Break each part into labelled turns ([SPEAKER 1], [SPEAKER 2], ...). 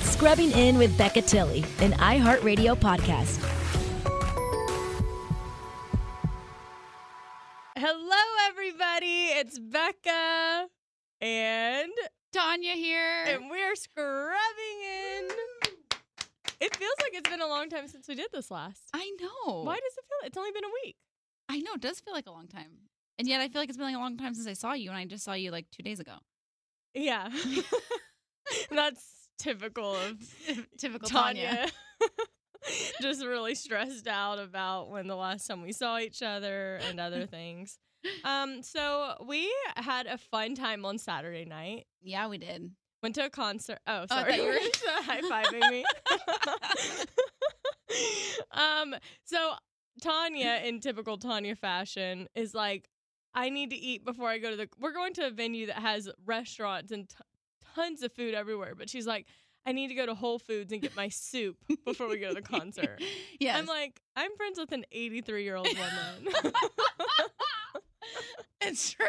[SPEAKER 1] Scrubbing In with Becca Tilly, an iHeartRadio podcast.
[SPEAKER 2] Hello, everybody. It's Becca and
[SPEAKER 3] Tanya here.
[SPEAKER 2] and we're scrubbing in. It feels like it's been a long time since we did this last.
[SPEAKER 3] I know.
[SPEAKER 2] Why does it feel? It's only been a week.
[SPEAKER 3] I know. It does feel like a long time, and yet I feel like it's been like a long time since I saw you, and I just saw you like two days ago.
[SPEAKER 2] Yeah, that's typical of
[SPEAKER 3] Typical
[SPEAKER 2] Tanya. Just really stressed out about when the last time we saw each other and other things. Um, so we had a fun time on Saturday night.
[SPEAKER 3] Yeah, we did.
[SPEAKER 2] Went to a concert. Oh,
[SPEAKER 3] I
[SPEAKER 2] sorry,
[SPEAKER 3] thought you
[SPEAKER 2] you
[SPEAKER 3] were-
[SPEAKER 2] were just high fiving me. um, so Tanya, in typical Tanya fashion, is like, I need to eat before I go to the. We're going to a venue that has restaurants and t- tons of food everywhere, but she's like, I need to go to Whole Foods and get my soup before we go to the concert.
[SPEAKER 3] Yes.
[SPEAKER 2] I'm like, I'm friends with an 83 year old woman.
[SPEAKER 3] it's true.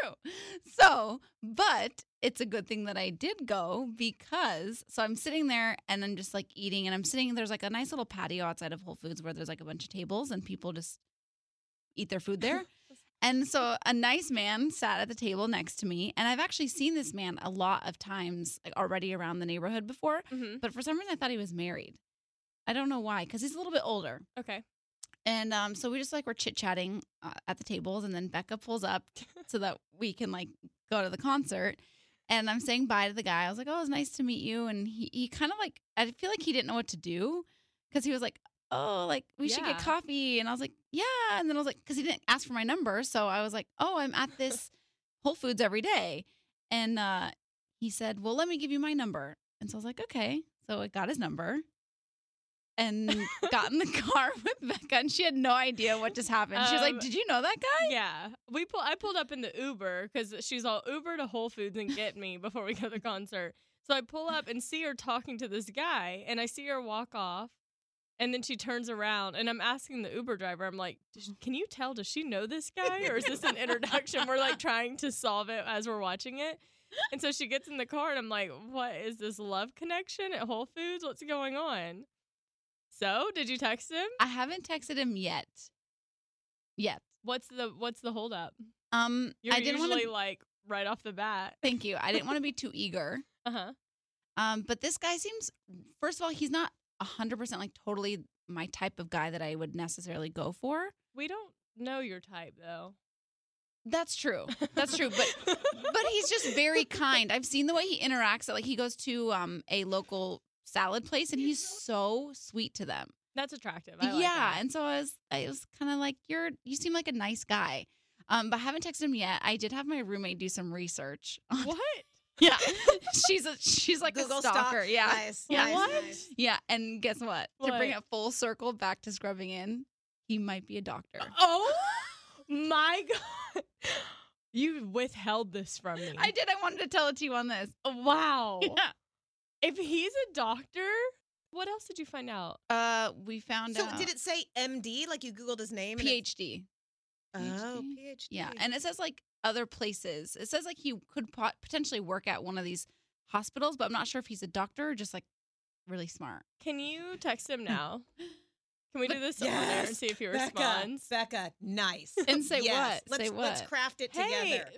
[SPEAKER 3] So, but it's a good thing that I did go because so I'm sitting there and I'm just like eating and I'm sitting there's like a nice little patio outside of Whole Foods where there's like a bunch of tables and people just eat their food there. and so a nice man sat at the table next to me and I've actually seen this man a lot of times like already around the neighborhood before,
[SPEAKER 2] Mhm.
[SPEAKER 3] but for some reason I thought he was married. I don't know why cuz he's a little bit older.
[SPEAKER 2] Okay.
[SPEAKER 3] And um, so we just like were chit chatting uh, at the tables, and then Becca pulls up so that we can like go to the concert. And I'm saying bye to the guy. I was like, "Oh, it's nice to meet you." And he he kind of like I feel like he didn't know what to do because he was like, "Oh, like we should get
[SPEAKER 2] Yeah.
[SPEAKER 3] coffee," and I was like, "Yeah." And then I was like, because he didn't ask for my number, so I was like, "Oh, I'm at this Whole Foods every day," and uh, he said, "Well, let me give you my number." And so I was like, "Okay." So I got his number and got in the car with Becca, and she had no idea what just happened. she was
[SPEAKER 2] Um,
[SPEAKER 3] like, "Did you know that guy?"
[SPEAKER 2] Yeah, we pull. I pulled up in the Uber because she's all Uber to Whole Foods and get me before we go to the concert. So I pull up and see her talking to this guy, and I see her walk off, and then she turns around, and I'm asking the Uber driver, I'm like, "Does- "Can you tell? Does she know this guy, or is this an introduction?" we're like trying to solve it as we're watching it, and so she gets in the car, and I'm like, "What is this love connection at Whole Foods? What's going on?" So, did you text him?
[SPEAKER 3] I haven't texted him yet. Yet.
[SPEAKER 2] What's the what's the holdup?
[SPEAKER 3] Um,
[SPEAKER 2] You're
[SPEAKER 3] I didn't want
[SPEAKER 2] usually
[SPEAKER 3] to.
[SPEAKER 2] like right off the bat.
[SPEAKER 3] Thank you. I didn't want to be too eager.
[SPEAKER 2] Uh huh.
[SPEAKER 3] Um, but this guy seems. First of all, he's not hundred percent like totally my type of guy that I would necessarily go for.
[SPEAKER 2] We don't know your type though.
[SPEAKER 3] That's true. That's true. But but he's just very kind. I've seen the way he interacts. Like he goes to um a local salad place and he's so sweet to them.
[SPEAKER 2] that's attractive. I
[SPEAKER 3] yeah,
[SPEAKER 2] like that.
[SPEAKER 3] and so I was, I was kind of like, you're, you seem like a nice guy, um, but I haven't texted him yet. I did have my roommate do some research.
[SPEAKER 2] what?
[SPEAKER 3] yeah, she's a, she's like a stalker.
[SPEAKER 4] Stock.
[SPEAKER 3] Yeah,
[SPEAKER 4] Nice.
[SPEAKER 3] Yeah.
[SPEAKER 4] nice,
[SPEAKER 2] What?
[SPEAKER 4] nice.
[SPEAKER 3] yeah, and guess what? To bring
[SPEAKER 2] What?
[SPEAKER 3] it full circle back to scrubbing in, he might be a doctor.
[SPEAKER 2] Oh my god! You withheld this from me.
[SPEAKER 3] I did. I wanted to tell it to you on this.
[SPEAKER 2] Wow.
[SPEAKER 3] Yeah.
[SPEAKER 2] If he's a doctor, what else did you find out?
[SPEAKER 3] Uh, we found
[SPEAKER 4] So
[SPEAKER 3] out
[SPEAKER 4] did it say MD? Like you Googled his name? and it-
[SPEAKER 3] PhD.
[SPEAKER 4] Oh,
[SPEAKER 3] PhD?
[SPEAKER 4] PhD.
[SPEAKER 3] Yeah, and it says like other places. It says like he could pot- potentially work at one of these hospitals, but I'm not sure if he's a doctor or just like really smart.
[SPEAKER 2] Can you text him now? Can we do this on there and
[SPEAKER 4] Yes,
[SPEAKER 2] see if he
[SPEAKER 4] Becca,
[SPEAKER 2] responds?
[SPEAKER 4] Becca, nice.
[SPEAKER 3] And say
[SPEAKER 4] Yes.
[SPEAKER 3] what?
[SPEAKER 4] Let's,
[SPEAKER 3] Say
[SPEAKER 4] Let's
[SPEAKER 3] what?
[SPEAKER 4] craft it
[SPEAKER 2] hey,
[SPEAKER 4] together.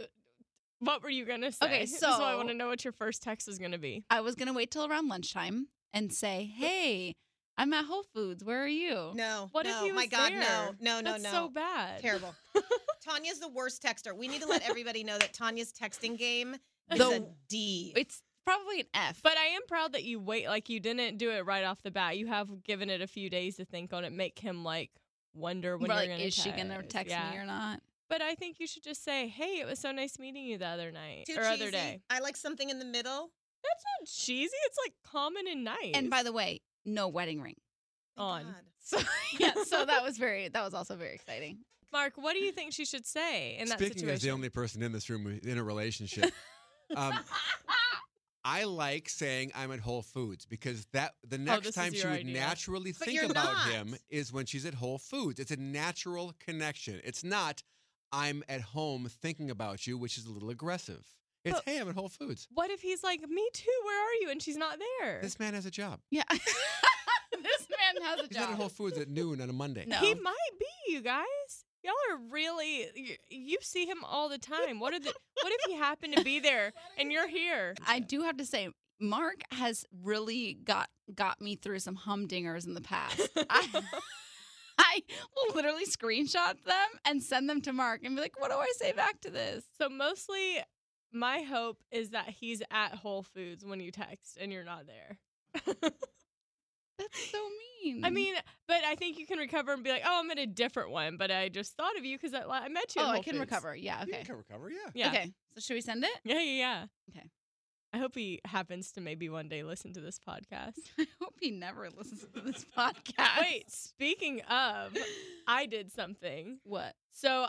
[SPEAKER 2] what were you gonna say?
[SPEAKER 3] Okay,
[SPEAKER 2] so I
[SPEAKER 3] so-
[SPEAKER 2] want to know what your first text is gonna be.
[SPEAKER 3] I was gonna wait till around lunchtime and say, "Hey, I'm at Whole Foods. Where are you?"
[SPEAKER 4] No.
[SPEAKER 2] What if
[SPEAKER 4] no,
[SPEAKER 2] he
[SPEAKER 4] My
[SPEAKER 2] was
[SPEAKER 4] God,
[SPEAKER 2] there?
[SPEAKER 3] Oh,
[SPEAKER 4] no. No, no,
[SPEAKER 2] That's
[SPEAKER 4] no.
[SPEAKER 2] so bad.
[SPEAKER 4] Terrible. Tanya's the worst texter. We need to let everybody know that Tanya's texting game is
[SPEAKER 3] The-
[SPEAKER 4] a D.
[SPEAKER 3] It's probably an F.
[SPEAKER 2] But I am proud that you wait, like you didn't do it right off the bat. You have given it a few days to think on it, make him like wonder
[SPEAKER 3] We're
[SPEAKER 2] when
[SPEAKER 3] like,
[SPEAKER 2] you're gonna
[SPEAKER 3] is she gonna text
[SPEAKER 2] Yeah.
[SPEAKER 3] me or not?
[SPEAKER 2] But I think you should just say, "Hey, it was so nice meeting you the other night
[SPEAKER 4] Too
[SPEAKER 2] or other
[SPEAKER 4] cheesy.
[SPEAKER 2] day."
[SPEAKER 4] I like something in the middle.
[SPEAKER 2] That's not cheesy. It's like common and nice.
[SPEAKER 3] And by the way, no wedding ring.
[SPEAKER 4] Thank
[SPEAKER 2] On.
[SPEAKER 4] God.
[SPEAKER 3] So yeah, so that was very that was also very exciting.
[SPEAKER 2] Mark, what do you think she should say in that
[SPEAKER 5] Speaking
[SPEAKER 2] situation?
[SPEAKER 5] as the only person in this room with- in a relationship, um, I like saying I'm at Whole Foods because that
[SPEAKER 3] Oh,
[SPEAKER 5] the next
[SPEAKER 2] this is
[SPEAKER 5] time she
[SPEAKER 2] your
[SPEAKER 5] would
[SPEAKER 2] idea.
[SPEAKER 5] naturally
[SPEAKER 4] But
[SPEAKER 5] think
[SPEAKER 4] you're
[SPEAKER 5] about
[SPEAKER 4] not.
[SPEAKER 5] him is when she's at Whole Foods. It's a natural connection. It's not I'm at home thinking about you, which is a little aggressive. It's
[SPEAKER 2] But-
[SPEAKER 5] hey, I'm at Whole Foods.
[SPEAKER 2] What if he's like, me too, where are you? And she's not there.
[SPEAKER 5] This man has a job.
[SPEAKER 3] Yeah. this man has a
[SPEAKER 5] He's not at Whole
[SPEAKER 3] job.
[SPEAKER 5] Foods at noon on a Monday.
[SPEAKER 3] No.
[SPEAKER 2] He might be, you guys. Y'all are really, you, you see him all the time. What, are the, what if he happened to be there and you're here?
[SPEAKER 3] I do have to say, Mark has really got got me through some humdingers in the past. I, I will literally screenshot them and send them to Mark and be like, "What do I say back to this?"
[SPEAKER 2] So mostly my hope is that he's at Whole Foods when you text and you're not there.
[SPEAKER 3] That's so mean.
[SPEAKER 2] I mean, but I think you can recover and be like, oh, I'm at a different one, but I just thought of you because I, I met you. at
[SPEAKER 3] oh, I
[SPEAKER 2] Whole
[SPEAKER 3] can
[SPEAKER 2] Foods."
[SPEAKER 3] recover. Yeah.
[SPEAKER 5] You
[SPEAKER 3] Okay.
[SPEAKER 5] can recover, yeah.
[SPEAKER 2] Yeah.
[SPEAKER 3] Okay. So should we send it?
[SPEAKER 2] Yeah, yeah, yeah.
[SPEAKER 3] Okay.
[SPEAKER 2] I hope he happens to maybe one day listen to this podcast.
[SPEAKER 3] I hope he never listens to this podcast.
[SPEAKER 2] Wait, speaking of, I did something.
[SPEAKER 3] What? Mm.
[SPEAKER 2] So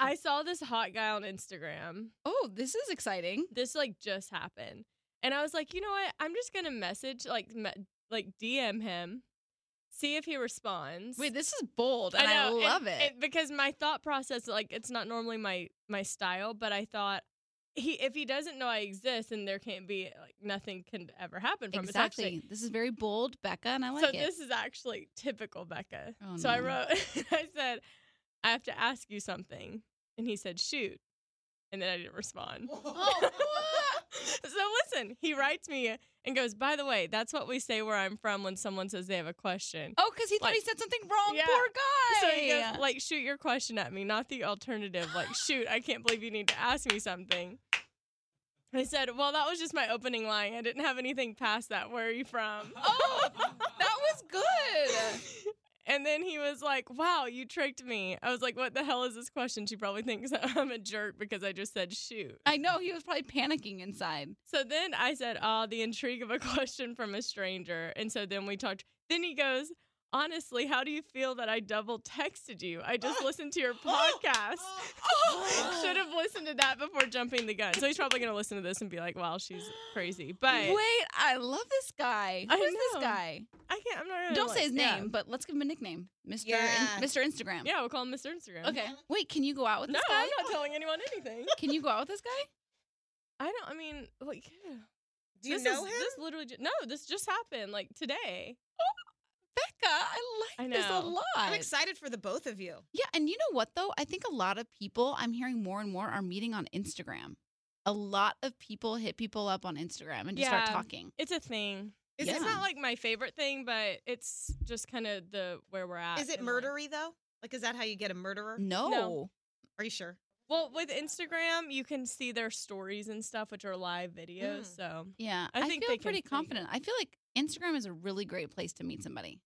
[SPEAKER 2] I saw this hot guy on Instagram.
[SPEAKER 3] Oh, this is exciting.
[SPEAKER 2] This like just happened. And I was like, you know what? I'm just going to message like me- like DM him. See if he responds.
[SPEAKER 3] Wait, this is bold, and I,
[SPEAKER 2] know, and-
[SPEAKER 3] love it.
[SPEAKER 2] and because my thought process, like, it's not normally my my style, but I thought he if he doesn't know I exist, then there can't be like nothing can ever happen from it. It's actually-
[SPEAKER 3] Exactly. This is very bold, Becca, and I like
[SPEAKER 2] so
[SPEAKER 3] it.
[SPEAKER 2] this is actually typical Becca.
[SPEAKER 3] Oh,
[SPEAKER 2] so I
[SPEAKER 3] no.
[SPEAKER 2] wrote, I said, I have to ask you something, and he said, shoot, and then I didn't respond. oh, so listen, he writes me and goes, by the way, that's what we say where I'm from when someone says they have a question.
[SPEAKER 3] oh, because he thought he
[SPEAKER 2] like-
[SPEAKER 3] said something wrong.
[SPEAKER 2] Yeah.
[SPEAKER 3] Poor guy.
[SPEAKER 2] So he goes, like, shoot your question at me, not the alternative. Like, shoot, I can't believe you need to ask me something. I said, well, that was just my opening line. I didn't have anything past that. Where are you from?
[SPEAKER 3] oh, that was good.
[SPEAKER 2] And then he was like, wow, you tricked me. I was like, what the hell is this question? She probably thinks I'm a jerk because I just said shoot.
[SPEAKER 3] I know he was probably panicking inside.
[SPEAKER 2] So then I said, oh, the intrigue of a question from a stranger. And so then we talked. Then he goes, honestly, how do you feel that I double texted you? I just listened to your podcast. Should have listened to that before jumping the gun. So he's probably going to listen to this and be like, wow, she's crazy. But
[SPEAKER 3] Wait, I love this guy.
[SPEAKER 2] I
[SPEAKER 3] Who is this
[SPEAKER 2] know.
[SPEAKER 3] guy?
[SPEAKER 2] I can't, I'm not going to.
[SPEAKER 3] Don't say his name, but let's give him a nickname, Mister
[SPEAKER 4] Yeah.
[SPEAKER 3] Mister Instagram.
[SPEAKER 2] Yeah, we'll call him Mr. Instagram.
[SPEAKER 3] Okay. Wait, can you go out with
[SPEAKER 2] No,
[SPEAKER 3] this guy?
[SPEAKER 2] I'm not telling anyone anything.
[SPEAKER 3] Can you go out with this guy?
[SPEAKER 2] I don't, I mean, like, yeah.
[SPEAKER 4] Do you
[SPEAKER 2] this
[SPEAKER 4] know
[SPEAKER 2] is,
[SPEAKER 4] him?
[SPEAKER 2] This literally, ju- no, this just happened like today.
[SPEAKER 3] Becca, I like
[SPEAKER 2] I
[SPEAKER 3] this a
[SPEAKER 2] know.
[SPEAKER 3] lot.
[SPEAKER 4] I'm excited for the both of you.
[SPEAKER 3] Yeah, and you know what though? I think a lot of people I'm hearing more and more are meeting on Instagram. A lot of people hit people up on Instagram and just start
[SPEAKER 2] Yeah.
[SPEAKER 3] talking.
[SPEAKER 2] It's a thing. It's,
[SPEAKER 4] Is
[SPEAKER 2] it's
[SPEAKER 4] it
[SPEAKER 2] not like my favorite thing, but it's just kind of the where we're at.
[SPEAKER 4] is it
[SPEAKER 2] in life.
[SPEAKER 4] murdery though? Like, is that how you get a murderer?
[SPEAKER 3] No.
[SPEAKER 4] Are you sure?
[SPEAKER 2] Well, with Instagram, you can see their stories and stuff, which are live videos.
[SPEAKER 4] Mm.
[SPEAKER 2] So
[SPEAKER 3] Yeah.
[SPEAKER 2] I
[SPEAKER 3] I,
[SPEAKER 2] think they
[SPEAKER 3] feel
[SPEAKER 2] can
[SPEAKER 3] pretty
[SPEAKER 2] fake it.
[SPEAKER 3] confident. I feel like Instagram is a really great place to meet somebody.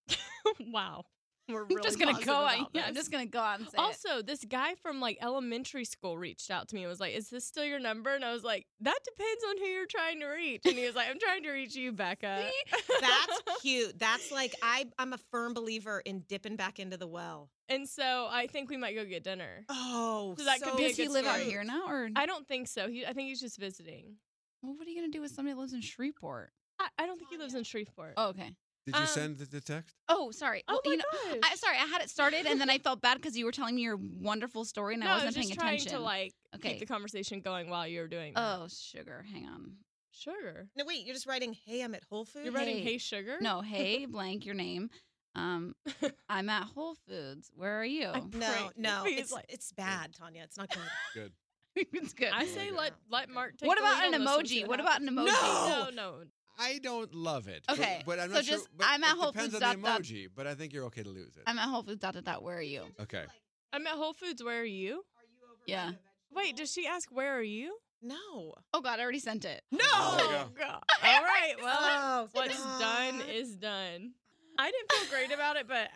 [SPEAKER 2] wow, we're really
[SPEAKER 3] I'm just gonna
[SPEAKER 2] positive
[SPEAKER 3] go
[SPEAKER 2] about
[SPEAKER 3] out. Yeah, I'm
[SPEAKER 2] this.
[SPEAKER 3] just gonna go out and say it.
[SPEAKER 2] Also, this guy from like elementary school reached out to me and was like, Is this still your number? And I was like, That depends on who you're trying to reach. And he was like, I'm trying to reach you, Becca.
[SPEAKER 4] That's cute. That's like I. I'm a firm believer in dipping back into the well.
[SPEAKER 2] And so I think we might go get dinner.
[SPEAKER 4] Oh,
[SPEAKER 2] So that could be a
[SPEAKER 3] Does he
[SPEAKER 2] good
[SPEAKER 3] live out
[SPEAKER 2] story.
[SPEAKER 3] here now or
[SPEAKER 2] I don't think so. He, I think he's just visiting.
[SPEAKER 3] well, what are you gonna do with somebody that lives in Shreveport?
[SPEAKER 2] I, I don't think he lives in Shreveport.
[SPEAKER 3] Oh, okay.
[SPEAKER 5] Did you
[SPEAKER 2] Um,
[SPEAKER 5] send the, the text?
[SPEAKER 3] Oh, sorry.
[SPEAKER 2] Oh
[SPEAKER 3] Well, you
[SPEAKER 2] my
[SPEAKER 3] know,
[SPEAKER 2] gosh.
[SPEAKER 3] I sorry, I had it started and then I felt bad because you were telling me your wonderful story and
[SPEAKER 2] no,
[SPEAKER 3] I
[SPEAKER 2] I was
[SPEAKER 3] wasn't
[SPEAKER 2] just
[SPEAKER 3] paying
[SPEAKER 2] trying
[SPEAKER 3] attention.
[SPEAKER 2] to like
[SPEAKER 3] Okay.
[SPEAKER 2] keep the conversation going while you were doing that.
[SPEAKER 3] oh, sugar, hang on.
[SPEAKER 2] sugar.
[SPEAKER 4] No, wait. You're just writing. Hey, I'm at Whole Foods.
[SPEAKER 2] You're writing
[SPEAKER 3] Hey.
[SPEAKER 2] hey sugar?
[SPEAKER 3] No, hey, blank your name. Um, I'm at Whole Foods. Where are you?
[SPEAKER 2] I-
[SPEAKER 4] No,
[SPEAKER 2] Right.
[SPEAKER 4] no,
[SPEAKER 2] He's
[SPEAKER 4] it's
[SPEAKER 2] like-
[SPEAKER 4] it's bad, Tanya. It's not good.
[SPEAKER 5] Good.
[SPEAKER 3] it's good.
[SPEAKER 2] I say let let Mark take
[SPEAKER 3] what
[SPEAKER 2] the
[SPEAKER 3] about
[SPEAKER 2] lead
[SPEAKER 3] an
[SPEAKER 2] on this and see
[SPEAKER 3] emoji? What
[SPEAKER 2] happens.
[SPEAKER 3] about an emoji?
[SPEAKER 2] No, no.
[SPEAKER 5] I don't love it. but-
[SPEAKER 3] Okay,
[SPEAKER 5] But, I'm
[SPEAKER 3] so
[SPEAKER 5] not sure.
[SPEAKER 3] just,
[SPEAKER 5] but
[SPEAKER 3] I'm
[SPEAKER 5] it
[SPEAKER 3] at Whole
[SPEAKER 5] depends
[SPEAKER 3] Foods,
[SPEAKER 5] on the
[SPEAKER 3] dot, dot.
[SPEAKER 5] emoji, but I think you're okay to lose it.
[SPEAKER 3] I'm at Whole Foods. Dot dot dot. Where are you?
[SPEAKER 5] okay.
[SPEAKER 2] I'm at Whole Foods. Where are you?
[SPEAKER 3] Yeah.
[SPEAKER 2] Wait, does she ask where are you? Oh,
[SPEAKER 4] No.
[SPEAKER 3] Oh God, I already sent it.
[SPEAKER 5] There you
[SPEAKER 4] No.
[SPEAKER 5] go.
[SPEAKER 2] God. All right. Well,
[SPEAKER 4] Oh,
[SPEAKER 2] what's
[SPEAKER 4] God.
[SPEAKER 2] done is done. I didn't feel great about it, but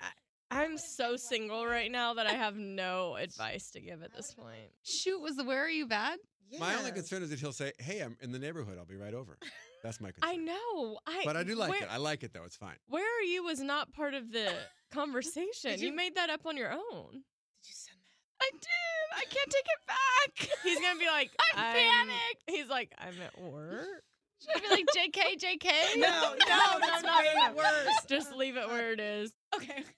[SPEAKER 2] I, I'm so single right now that I have no advice to give at this point.
[SPEAKER 3] Shoot, was the where are you bad?
[SPEAKER 5] My only
[SPEAKER 4] Yes.
[SPEAKER 5] concern is that he'll say, "Hey, I'm in the neighborhood. I'll be right over." That's my concern.
[SPEAKER 2] I know. I
[SPEAKER 5] But I do like
[SPEAKER 2] where,
[SPEAKER 5] it. I like it though. It's fine.
[SPEAKER 2] where are you was not part of the conversation.
[SPEAKER 4] Did
[SPEAKER 2] You,
[SPEAKER 4] you-
[SPEAKER 2] made that up on your own.
[SPEAKER 4] Did you send that?
[SPEAKER 3] I did. I can't take it back.
[SPEAKER 2] He's gonna be like,
[SPEAKER 3] I
[SPEAKER 2] I'm-
[SPEAKER 3] panicked.
[SPEAKER 2] He's like, I'm at work.
[SPEAKER 3] Should I be like JK, JK?
[SPEAKER 4] No, no, that's way worse.
[SPEAKER 2] Just leave it where it is.
[SPEAKER 3] Okay.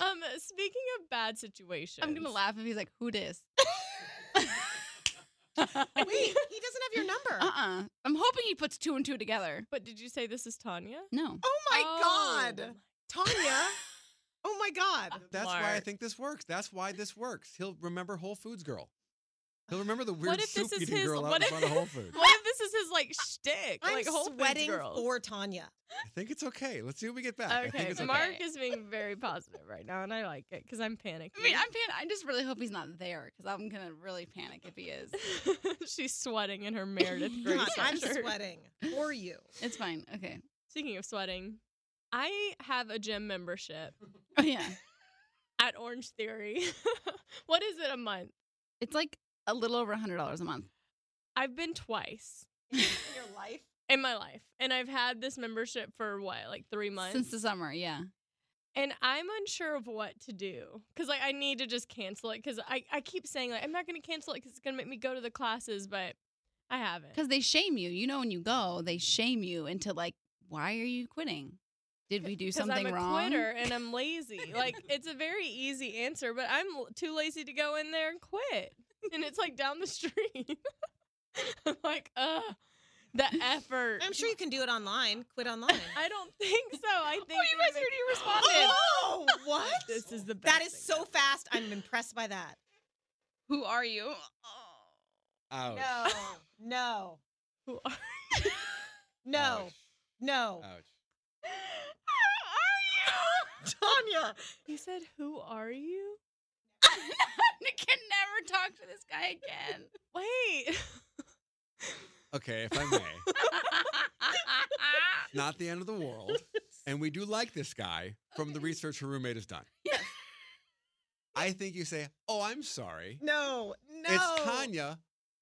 [SPEAKER 2] Um, speaking of bad situations,
[SPEAKER 3] I'm gonna laugh if he's like, who dis?
[SPEAKER 4] Wait, he doesn't have your number.
[SPEAKER 3] Uh uh-uh. uh. i am hoping he puts two and two together.
[SPEAKER 2] But did you say this is Tanya?
[SPEAKER 3] No.
[SPEAKER 4] Oh my
[SPEAKER 2] Oh.
[SPEAKER 4] God. Tanya. Oh my God.
[SPEAKER 5] That's why I
[SPEAKER 2] Mark.
[SPEAKER 5] think this works. That's why this works. He'll remember Whole Foods girl. He'll remember the
[SPEAKER 2] What
[SPEAKER 5] weird
[SPEAKER 2] if this is
[SPEAKER 5] soup eating
[SPEAKER 2] his-
[SPEAKER 5] girl out
[SPEAKER 2] what
[SPEAKER 5] in
[SPEAKER 2] if-
[SPEAKER 5] front of Whole Foods.
[SPEAKER 2] What if this is his like shtick?
[SPEAKER 4] I'm
[SPEAKER 2] like whole
[SPEAKER 4] sweating
[SPEAKER 2] Foods girl.
[SPEAKER 4] for Tanya.
[SPEAKER 5] I think it's okay. Let's see what we get back. I think
[SPEAKER 2] Okay,
[SPEAKER 5] it's okay.
[SPEAKER 2] Mark is being very positive right now, and I like it because I'm panicking.
[SPEAKER 3] I mean, I'm pan- I just really hope he's not there because I'm gonna really panic if he is.
[SPEAKER 2] She's sweating in her Meredith Grey
[SPEAKER 4] God, I'm
[SPEAKER 2] sweatshirt.
[SPEAKER 4] sweating for you.
[SPEAKER 3] It's fine. Okay.
[SPEAKER 2] Speaking of sweating, I have a gym membership
[SPEAKER 3] Oh yeah.
[SPEAKER 2] at Orange Theory. what is it a month?
[SPEAKER 3] It's like a little over hundred dollars a month.
[SPEAKER 2] I've been twice
[SPEAKER 4] In your life.
[SPEAKER 2] in my life, and I've had this membership for what, like three months?
[SPEAKER 3] Since the summer, yeah.
[SPEAKER 2] and I'm unsure of what to do because like I need to just cancel it because I I keep saying like I'm not going to cancel it because it's going to make me go to the classes, but I haven't.
[SPEAKER 3] Because they shame you. You know, when you go, they shame you into like, why are you quitting? Did we do
[SPEAKER 2] Because
[SPEAKER 3] something
[SPEAKER 2] I'm a
[SPEAKER 3] wrong?
[SPEAKER 2] quitter and I'm lazy. like it's a very easy answer, but I'm l- too lazy to go in there and quit. And it's like down the street. I'm like, ugh, the effort.
[SPEAKER 4] I'm sure Oh, you can do it online. Quit online.
[SPEAKER 2] I don't think so. I think
[SPEAKER 3] you
[SPEAKER 2] they
[SPEAKER 3] guys
[SPEAKER 2] make-
[SPEAKER 3] already responded.
[SPEAKER 4] oh, what?
[SPEAKER 2] This is the best.
[SPEAKER 4] That is
[SPEAKER 2] thing
[SPEAKER 4] so
[SPEAKER 2] ever.
[SPEAKER 4] fast. I'm impressed by that.
[SPEAKER 3] Who are you?
[SPEAKER 2] Oh,
[SPEAKER 5] Ouch.
[SPEAKER 4] No, no,
[SPEAKER 2] Who are-
[SPEAKER 4] no,
[SPEAKER 5] Ouch.
[SPEAKER 2] Oh.
[SPEAKER 4] no.
[SPEAKER 5] Ouch.
[SPEAKER 4] Tanya.
[SPEAKER 2] He said, "Who are you?"
[SPEAKER 3] I can never talk to this guy again.
[SPEAKER 2] Wait.
[SPEAKER 5] Okay, if I may, not the end of the world. And we do like this guy from the research her roommate has done.
[SPEAKER 3] Yes.
[SPEAKER 5] I think you say, "Oh, I'm sorry.
[SPEAKER 4] No, no.
[SPEAKER 5] It's Tanya.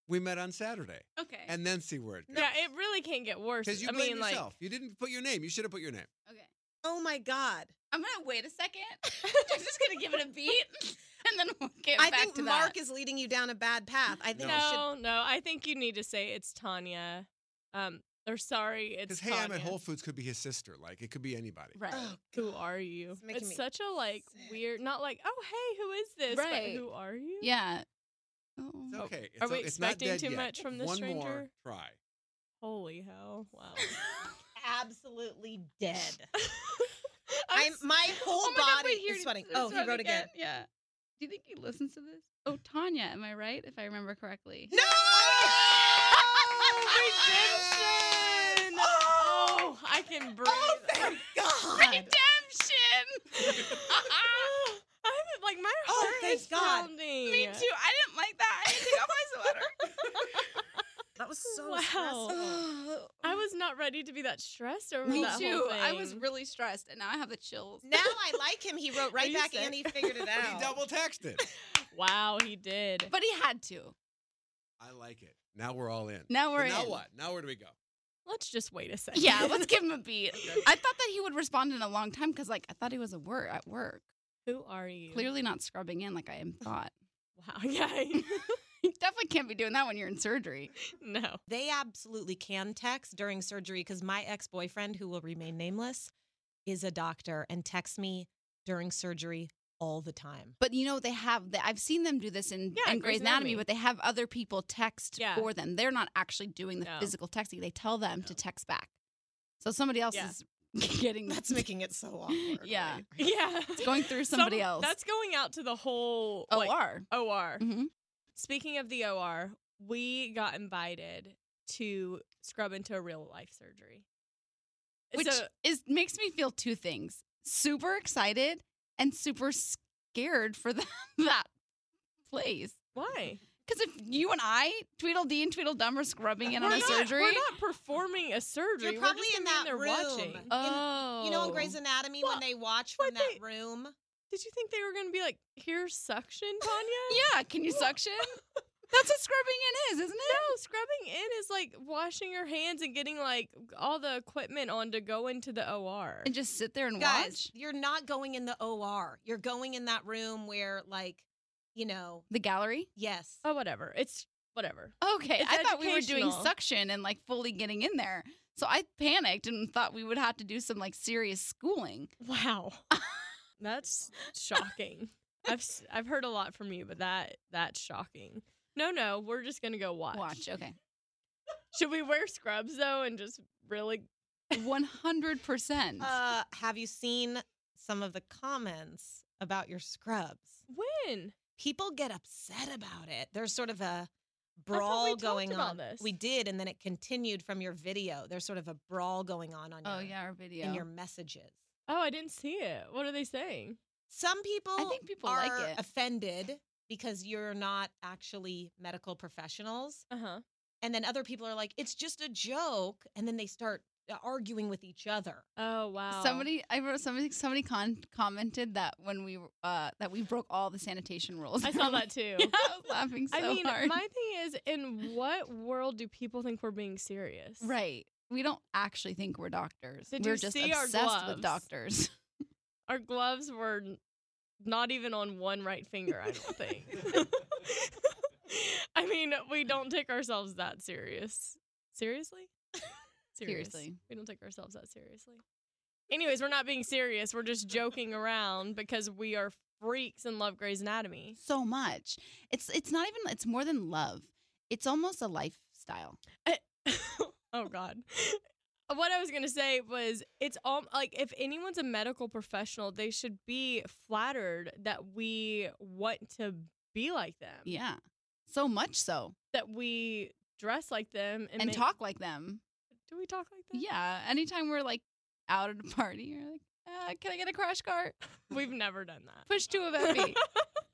[SPEAKER 5] We met on Saturday."
[SPEAKER 3] okay.
[SPEAKER 5] And then see where it goes.
[SPEAKER 2] Eh, Yeah, it really can't get worse.
[SPEAKER 5] Because you
[SPEAKER 2] I
[SPEAKER 5] blame
[SPEAKER 2] mean, like,
[SPEAKER 5] yourself. you didn't put your name. You should have put your name.
[SPEAKER 3] okay.
[SPEAKER 4] Oh my God.
[SPEAKER 3] I'm gonna wait a second. I'm just gonna give it a beat, and then we'll get
[SPEAKER 4] I
[SPEAKER 3] back
[SPEAKER 4] think
[SPEAKER 3] to
[SPEAKER 4] Mark
[SPEAKER 3] that.
[SPEAKER 4] is leading you down a bad path. I think
[SPEAKER 5] No.
[SPEAKER 4] you should.
[SPEAKER 2] no, no. I think you need to say it's Tanya. Um, or sorry, it's
[SPEAKER 5] Because hey,
[SPEAKER 2] Tanya.
[SPEAKER 5] I'm at Whole Foods could be his sister. Like it could be anybody.
[SPEAKER 3] right.
[SPEAKER 4] Oh,
[SPEAKER 2] who
[SPEAKER 4] God.
[SPEAKER 2] are you?
[SPEAKER 4] It's making
[SPEAKER 2] It's
[SPEAKER 4] me
[SPEAKER 2] such a like
[SPEAKER 4] sick.
[SPEAKER 2] weird, not like oh hey, who is this? but
[SPEAKER 3] Right.
[SPEAKER 2] who are you?
[SPEAKER 3] Yeah. Oh.
[SPEAKER 5] It's okay. It's
[SPEAKER 2] Are we
[SPEAKER 5] o- it's not
[SPEAKER 2] expecting
[SPEAKER 5] dead
[SPEAKER 2] too
[SPEAKER 5] yet.
[SPEAKER 2] much from this
[SPEAKER 5] One more
[SPEAKER 2] stranger?
[SPEAKER 5] try.
[SPEAKER 2] Holy hell! Wow.
[SPEAKER 4] Absolutely dead.
[SPEAKER 3] I'm
[SPEAKER 4] I'm, my whole
[SPEAKER 3] Oh my God,
[SPEAKER 4] body
[SPEAKER 3] wait, here it
[SPEAKER 4] is sweating.
[SPEAKER 3] It's
[SPEAKER 4] Oh, he wrote again.
[SPEAKER 3] Yeah. Do you think he listens to this? Oh, Tanya, am I right? If I remember correctly.
[SPEAKER 4] No!
[SPEAKER 2] Redemption! Oh, I can breathe.
[SPEAKER 4] Oh, thank God.
[SPEAKER 3] Redemption.
[SPEAKER 2] I'm like my
[SPEAKER 4] Oh,
[SPEAKER 2] heart
[SPEAKER 4] thank
[SPEAKER 2] is
[SPEAKER 4] God.
[SPEAKER 2] pounding.
[SPEAKER 3] Me too. I didn't like that. I didn't take off my sweater.
[SPEAKER 4] That was so
[SPEAKER 2] Wow.
[SPEAKER 4] stressful.
[SPEAKER 2] I was not ready to be that stressed over
[SPEAKER 3] Me
[SPEAKER 2] that
[SPEAKER 3] too.
[SPEAKER 2] whole thing.
[SPEAKER 3] I was really stressed, and now I have the chills.
[SPEAKER 4] Now I like him. He wrote right
[SPEAKER 2] you
[SPEAKER 4] back
[SPEAKER 2] sick?
[SPEAKER 4] and he figured it
[SPEAKER 5] He
[SPEAKER 4] out.
[SPEAKER 5] double texted.
[SPEAKER 2] wow. He did.
[SPEAKER 3] But he had to.
[SPEAKER 5] I like it. Now we're all in.
[SPEAKER 3] Now
[SPEAKER 5] So
[SPEAKER 3] we're
[SPEAKER 5] now
[SPEAKER 3] in.
[SPEAKER 5] what? Now where do we go?
[SPEAKER 2] let's just wait a second.
[SPEAKER 3] Yeah, let's give him a beat. I thought that he would respond in a long time because, like, I thought he was at work. At work,
[SPEAKER 2] who are you?
[SPEAKER 3] clearly not scrubbing in like I am thought.
[SPEAKER 2] Wow. Yeah.
[SPEAKER 3] you definitely can't be doing that when you're in surgery.
[SPEAKER 2] no.
[SPEAKER 4] They absolutely can text during surgery because my ex boyfriend, who will remain nameless, is a doctor and texts me during surgery all the time.
[SPEAKER 3] But you know they have. I've seen them do this in,
[SPEAKER 2] Yeah,
[SPEAKER 3] in
[SPEAKER 2] Grey's
[SPEAKER 3] Grey's Anatomy,
[SPEAKER 2] Anatomy.
[SPEAKER 3] but they have other people text
[SPEAKER 2] Yeah.
[SPEAKER 3] for them. They're not actually doing the
[SPEAKER 2] No.
[SPEAKER 3] physical texting. They tell them to text back. So somebody else
[SPEAKER 2] Yeah.
[SPEAKER 3] is getting
[SPEAKER 4] That's making it so awkward.
[SPEAKER 3] Yeah.
[SPEAKER 4] right?
[SPEAKER 2] Yeah.
[SPEAKER 3] going through
[SPEAKER 2] Some-
[SPEAKER 3] somebody else. Oh,
[SPEAKER 2] That's going out to the whole
[SPEAKER 3] OR.
[SPEAKER 2] like, OR.
[SPEAKER 3] Mhm.
[SPEAKER 2] Speaking of the OR, we got invited to scrub into a real life surgery.
[SPEAKER 3] which
[SPEAKER 2] so,
[SPEAKER 3] is makes me feel two things: super excited and super scared for the, that place.
[SPEAKER 2] why?
[SPEAKER 3] Because if you and I, Tweedledee and Tweedledum, are scrubbing in
[SPEAKER 2] We're
[SPEAKER 3] on a
[SPEAKER 2] not-
[SPEAKER 3] surgery,
[SPEAKER 2] We're not performing a surgery.
[SPEAKER 4] You're
[SPEAKER 2] we're
[SPEAKER 4] probably
[SPEAKER 2] just
[SPEAKER 4] in
[SPEAKER 2] gonna
[SPEAKER 4] that
[SPEAKER 2] be in there
[SPEAKER 4] room.
[SPEAKER 2] watching.
[SPEAKER 3] oh,
[SPEAKER 4] You know, in Grey's Anatomy,
[SPEAKER 2] Well,
[SPEAKER 4] when they watch from
[SPEAKER 2] what
[SPEAKER 4] that
[SPEAKER 2] they-
[SPEAKER 4] room,
[SPEAKER 2] Did you think they were going to be like, here's suction, Tanya?
[SPEAKER 3] Yeah, can you suction? That's what scrubbing in is, isn't it?
[SPEAKER 2] No, scrubbing in is like washing your hands and getting like all the equipment on to go into the OR.
[SPEAKER 3] And just sit there and
[SPEAKER 4] guys,
[SPEAKER 3] watch
[SPEAKER 4] you're not going in the OR. You're going in that room where, like, you know,
[SPEAKER 3] the gallery.
[SPEAKER 4] yes.
[SPEAKER 2] oh, whatever. It's whatever.
[SPEAKER 3] Okay,
[SPEAKER 2] It's
[SPEAKER 3] I thought we were doing
[SPEAKER 2] educational.
[SPEAKER 3] suction and like fully getting in there. So I panicked and thought we would have to do some like serious schooling.
[SPEAKER 2] Wow. That's shocking. I've s- I've heard a lot from you, but that that's shocking. No, no, we're just gonna go watch.
[SPEAKER 3] Watch. Okay.
[SPEAKER 2] Should we wear scrubs though and just really?
[SPEAKER 3] 100%.
[SPEAKER 4] Uh, have you seen some of the comments about your scrubs?
[SPEAKER 2] When?
[SPEAKER 4] People get upset about it. There's sort of a
[SPEAKER 2] we
[SPEAKER 4] brawl
[SPEAKER 2] talked
[SPEAKER 4] going
[SPEAKER 2] about
[SPEAKER 4] on.
[SPEAKER 2] this.
[SPEAKER 4] We did, and then it continued from your video. There's sort of a brawl going on on
[SPEAKER 3] oh,
[SPEAKER 4] your,
[SPEAKER 3] yeah, our video.
[SPEAKER 4] in your messages.
[SPEAKER 2] Oh, I didn't see it. What are they saying?
[SPEAKER 4] Some people,
[SPEAKER 3] think people
[SPEAKER 4] are
[SPEAKER 3] like it.
[SPEAKER 4] offended because you're not actually medical professionals.
[SPEAKER 2] Uh
[SPEAKER 3] Uh-huh.
[SPEAKER 2] huh.
[SPEAKER 4] And then other people are like, it's just a joke. And then they start uh, arguing with each other.
[SPEAKER 2] Oh wow.
[SPEAKER 3] Somebody, I wrote somebody. Somebody con- commented that when we uh that we broke all the sanitation rules.
[SPEAKER 2] I saw that too.
[SPEAKER 3] I was laughing so
[SPEAKER 2] I mean,
[SPEAKER 3] hard.
[SPEAKER 2] my thing is, in what world do people think we're being serious?
[SPEAKER 3] right, we don't actually think we're doctors.
[SPEAKER 2] Did
[SPEAKER 3] we're
[SPEAKER 2] you
[SPEAKER 3] just
[SPEAKER 2] see our
[SPEAKER 3] obsessed
[SPEAKER 2] gloves?
[SPEAKER 3] with doctors.
[SPEAKER 2] Our gloves were n- not even on one right finger. I don't think. I mean, we don't take ourselves that serious. Seriously? Serious.
[SPEAKER 3] Seriously.
[SPEAKER 2] We don't take ourselves that seriously. Anyways, we're not being serious. We're just joking around because we are freaks and love Grey's Anatomy.
[SPEAKER 3] So much. It's it's not even. It's more than love. It's almost a lifestyle.
[SPEAKER 2] oh God. What I was gonna say was, it's all like if anyone's a medical professional, they should be flattered that we want to be like them,
[SPEAKER 3] Yeah, so much so,
[SPEAKER 2] that we dress like them, and,
[SPEAKER 3] and
[SPEAKER 2] make-
[SPEAKER 3] talk like them.
[SPEAKER 2] Do we talk like them?
[SPEAKER 3] Yeah, anytime we're like out at a party, you're like, uh, "Can I get a crash cart?
[SPEAKER 2] we've never done that.
[SPEAKER 3] Push two of every."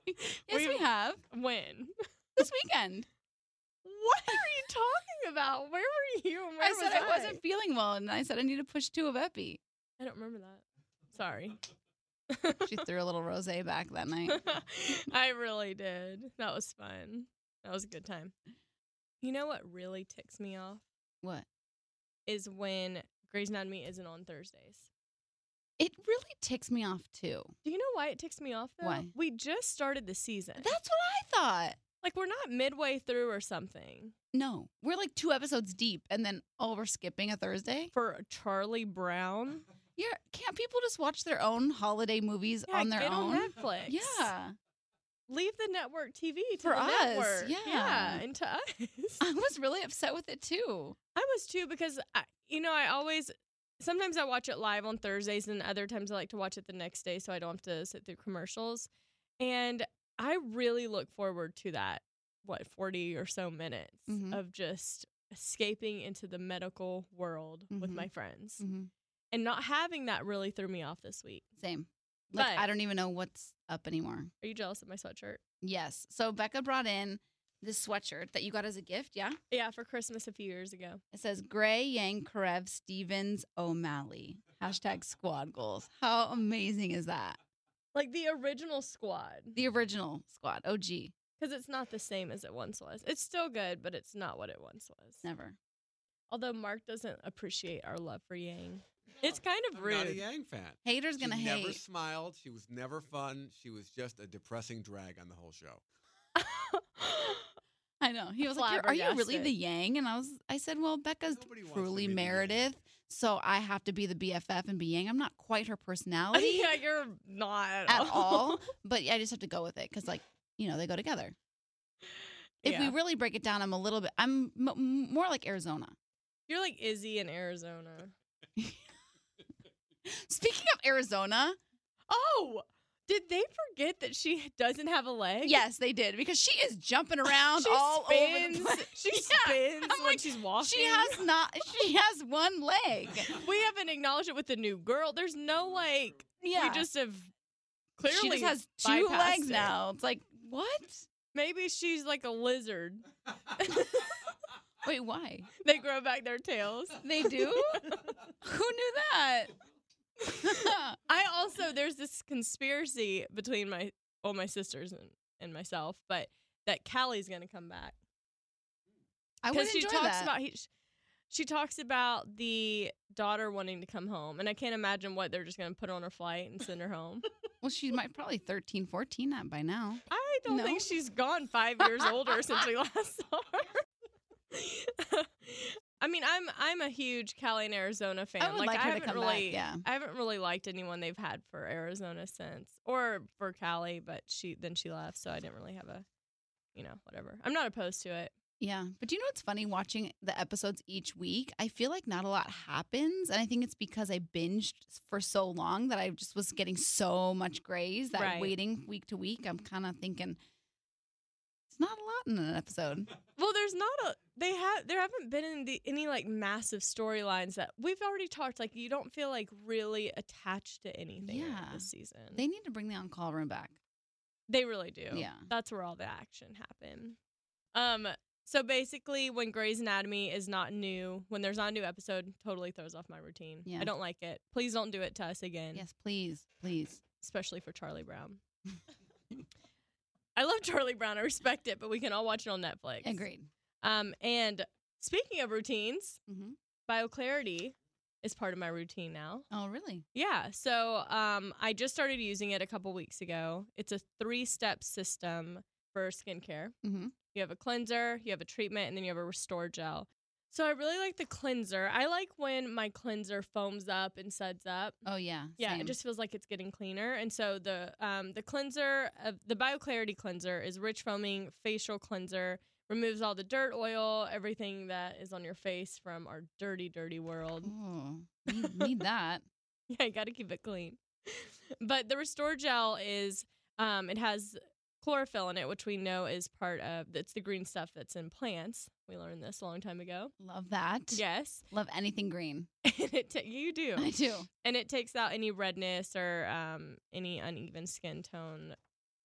[SPEAKER 3] yes,
[SPEAKER 2] We-
[SPEAKER 3] we have
[SPEAKER 2] When?
[SPEAKER 3] this weekend.
[SPEAKER 2] What are you talking about? Where were you? And where
[SPEAKER 3] I said
[SPEAKER 2] was
[SPEAKER 3] I wasn't feeling well, and I said I need to push two of Epi.
[SPEAKER 2] I don't remember that. Sorry.
[SPEAKER 3] She threw a little rose back that night.
[SPEAKER 2] I really did. That was fun. That was a good time. You know what really ticks me off
[SPEAKER 3] What?
[SPEAKER 2] is when Grey's Anatomy isn't on Thursdays.
[SPEAKER 3] It really ticks me off too.
[SPEAKER 2] Do you know why it ticks me off though?
[SPEAKER 3] Why?
[SPEAKER 2] We just started the season.
[SPEAKER 3] That's what I thought.
[SPEAKER 2] like we're not midway through or something
[SPEAKER 3] No, we're like two episodes deep, and then oh, we're skipping a Thursday.
[SPEAKER 2] for Charlie Brown
[SPEAKER 3] Yeah, can't people just watch their own holiday movies
[SPEAKER 2] Yeah,
[SPEAKER 3] on their
[SPEAKER 2] get
[SPEAKER 3] own?
[SPEAKER 2] on Netflix.
[SPEAKER 3] Yeah,
[SPEAKER 2] leave the network TV to
[SPEAKER 3] For
[SPEAKER 2] the
[SPEAKER 3] us,
[SPEAKER 2] network.
[SPEAKER 3] yeah.
[SPEAKER 2] and to us.
[SPEAKER 3] I was really upset with it too.
[SPEAKER 2] I was too because I, you know I always sometimes I watch it live on Thursdays and other times I like to watch it the next day so I don't have to sit through commercials. And I really look forward to that what 40 or so minutes
[SPEAKER 3] Mhm.
[SPEAKER 2] of just escaping into the medical world with
[SPEAKER 3] Mhm.
[SPEAKER 2] my friends.
[SPEAKER 3] Mhm.
[SPEAKER 2] And not having that really threw me off this week.
[SPEAKER 3] Same. Like
[SPEAKER 2] But-
[SPEAKER 3] I don't even know what's up anymore.
[SPEAKER 2] Are you jealous of my sweatshirt?
[SPEAKER 3] Yes. So Becca brought in this sweatshirt that you got as a gift. Yeah.
[SPEAKER 2] Yeah, for Christmas a few years ago.
[SPEAKER 3] It says Gray, Yang, Karev, Stevens, O'Malley. Hashtag squad goals. How amazing is that?
[SPEAKER 2] Like the original squad.
[SPEAKER 3] The original squad. OG.
[SPEAKER 2] Because it's not the same as it once was. It's still good, but it's not what it once was.
[SPEAKER 3] Never.
[SPEAKER 2] Although Mark doesn't appreciate our love for Yang. It's kind of
[SPEAKER 5] I'm not a
[SPEAKER 2] rude.
[SPEAKER 5] Yang fan.
[SPEAKER 3] Haters gonna
[SPEAKER 5] she
[SPEAKER 3] hate.
[SPEAKER 5] never smiled. She was never fun. She was just a depressing drag on the whole show.
[SPEAKER 3] I know. He was like, "You're- "Are you really the
[SPEAKER 2] Flabbergasted.
[SPEAKER 3] Yang?" And I was. I said, "Well, Becca's
[SPEAKER 5] Nobody wants to
[SPEAKER 3] truly
[SPEAKER 5] be the Yang.
[SPEAKER 3] Meredith, so I have to be the BFF and be Yang. I'm not quite her personality
[SPEAKER 2] yeah, you're not at,
[SPEAKER 3] at all, but I just have to go with it because, like, you know, they go together. If
[SPEAKER 2] Yeah.
[SPEAKER 3] we really break it down, I'm a little bit. I'm m- m- more like Arizona.
[SPEAKER 2] You're like Izzy in Arizona.
[SPEAKER 3] Speaking of Arizona,
[SPEAKER 2] Oh, did they forget that she doesn't have a leg?
[SPEAKER 3] Yes, they did because she is jumping around
[SPEAKER 2] she
[SPEAKER 3] all
[SPEAKER 2] spins.
[SPEAKER 3] over the place.
[SPEAKER 2] She
[SPEAKER 3] Yeah.
[SPEAKER 2] spins
[SPEAKER 3] I'm
[SPEAKER 2] when
[SPEAKER 3] like,
[SPEAKER 2] she's walking.
[SPEAKER 3] She has not. She has one leg.
[SPEAKER 2] We haven't acknowledged it with the new girl. There's no like.
[SPEAKER 3] Yeah,
[SPEAKER 2] We just have clearly
[SPEAKER 3] she just has two
[SPEAKER 2] bypassed
[SPEAKER 3] legs
[SPEAKER 2] it.
[SPEAKER 3] now. It's like what?
[SPEAKER 2] Maybe she's like a lizard.
[SPEAKER 3] Wait, why?
[SPEAKER 2] They grow back their tails.
[SPEAKER 3] They do? Who knew that?
[SPEAKER 2] I also there's this conspiracy between my well my sisters and, and myself, but that Callie's gonna come back
[SPEAKER 3] I would
[SPEAKER 2] she
[SPEAKER 3] enjoy
[SPEAKER 2] talks
[SPEAKER 3] that.
[SPEAKER 2] about he, sh- she talks about the daughter wanting to come home, and I can't imagine what they're just gonna put on her flight and send her home.
[SPEAKER 3] well, she might probably 13, 14 that by now.
[SPEAKER 2] I don't
[SPEAKER 3] No.
[SPEAKER 2] think she's gone five years older since we last saw her. I mean, I'm I'm a huge Cali and Arizona fan.
[SPEAKER 3] I would like,
[SPEAKER 2] I
[SPEAKER 3] her to
[SPEAKER 2] haven't
[SPEAKER 3] come
[SPEAKER 2] really,
[SPEAKER 3] back. Yeah,
[SPEAKER 2] I haven't really liked anyone they've had for Arizona since, or for Cali, but she then she left, so I didn't really have a you know, whatever. I'm not opposed to it.
[SPEAKER 3] Yeah. But you know what's funny watching the episodes each week? I feel like not a lot happens. And I think it's because I binged for so long that I just was getting so much grays that
[SPEAKER 2] Right.
[SPEAKER 3] waiting week to week, I'm kind of thinking, it's not a lot in an episode.
[SPEAKER 2] Well, there's not a they have there haven't been in the, any like massive storylines that we've already talked. Like you don't feel like really attached to anything right
[SPEAKER 3] Yeah.
[SPEAKER 2] this season.
[SPEAKER 3] They need to bring the on call room back.
[SPEAKER 2] They really do.
[SPEAKER 3] Yeah.
[SPEAKER 2] That's where all the action happened. Um, so basically when Grey's Anatomy is not new, when there's not a new episode, totally throws off my routine.
[SPEAKER 3] Yeah.
[SPEAKER 2] I don't like it. Please don't do it to us again.
[SPEAKER 3] Yes, please. Please.
[SPEAKER 2] Especially for Charlie Brown. I love Charlie Brown. I respect it, but we can all watch it on Netflix.
[SPEAKER 3] Agreed.
[SPEAKER 2] Um, and speaking of routines,
[SPEAKER 3] hmm
[SPEAKER 2] BioClarity is part of my routine now.
[SPEAKER 3] Oh, really?
[SPEAKER 2] Yeah. So um, I just started using it a couple weeks ago. It's a three step system for skincare.
[SPEAKER 3] Mhm.
[SPEAKER 2] You have a cleanser, you have a treatment, and then you have a restore gel. So I really like the cleanser. I like when my cleanser foams up and suds up.
[SPEAKER 3] Oh, yeah.
[SPEAKER 2] Yeah,
[SPEAKER 3] same.
[SPEAKER 2] it just feels like it's getting cleaner. And so the um the cleanser of the BioClarity cleanser is rich foaming facial cleanser. Removes all the dirt, oil, everything that is on your face from our dirty, dirty world.
[SPEAKER 3] Oh, need, need that.
[SPEAKER 2] Yeah, you got to keep it clean. but the Restore Gel is, um, it has chlorophyll in it, which we know is part of, it's the green stuff that's in plants. We learned this a long time ago.
[SPEAKER 3] Love that.
[SPEAKER 2] Yes.
[SPEAKER 3] Love anything green.
[SPEAKER 2] And it ta- you do.
[SPEAKER 3] I do.
[SPEAKER 2] And it takes out any redness or um, any uneven skin tone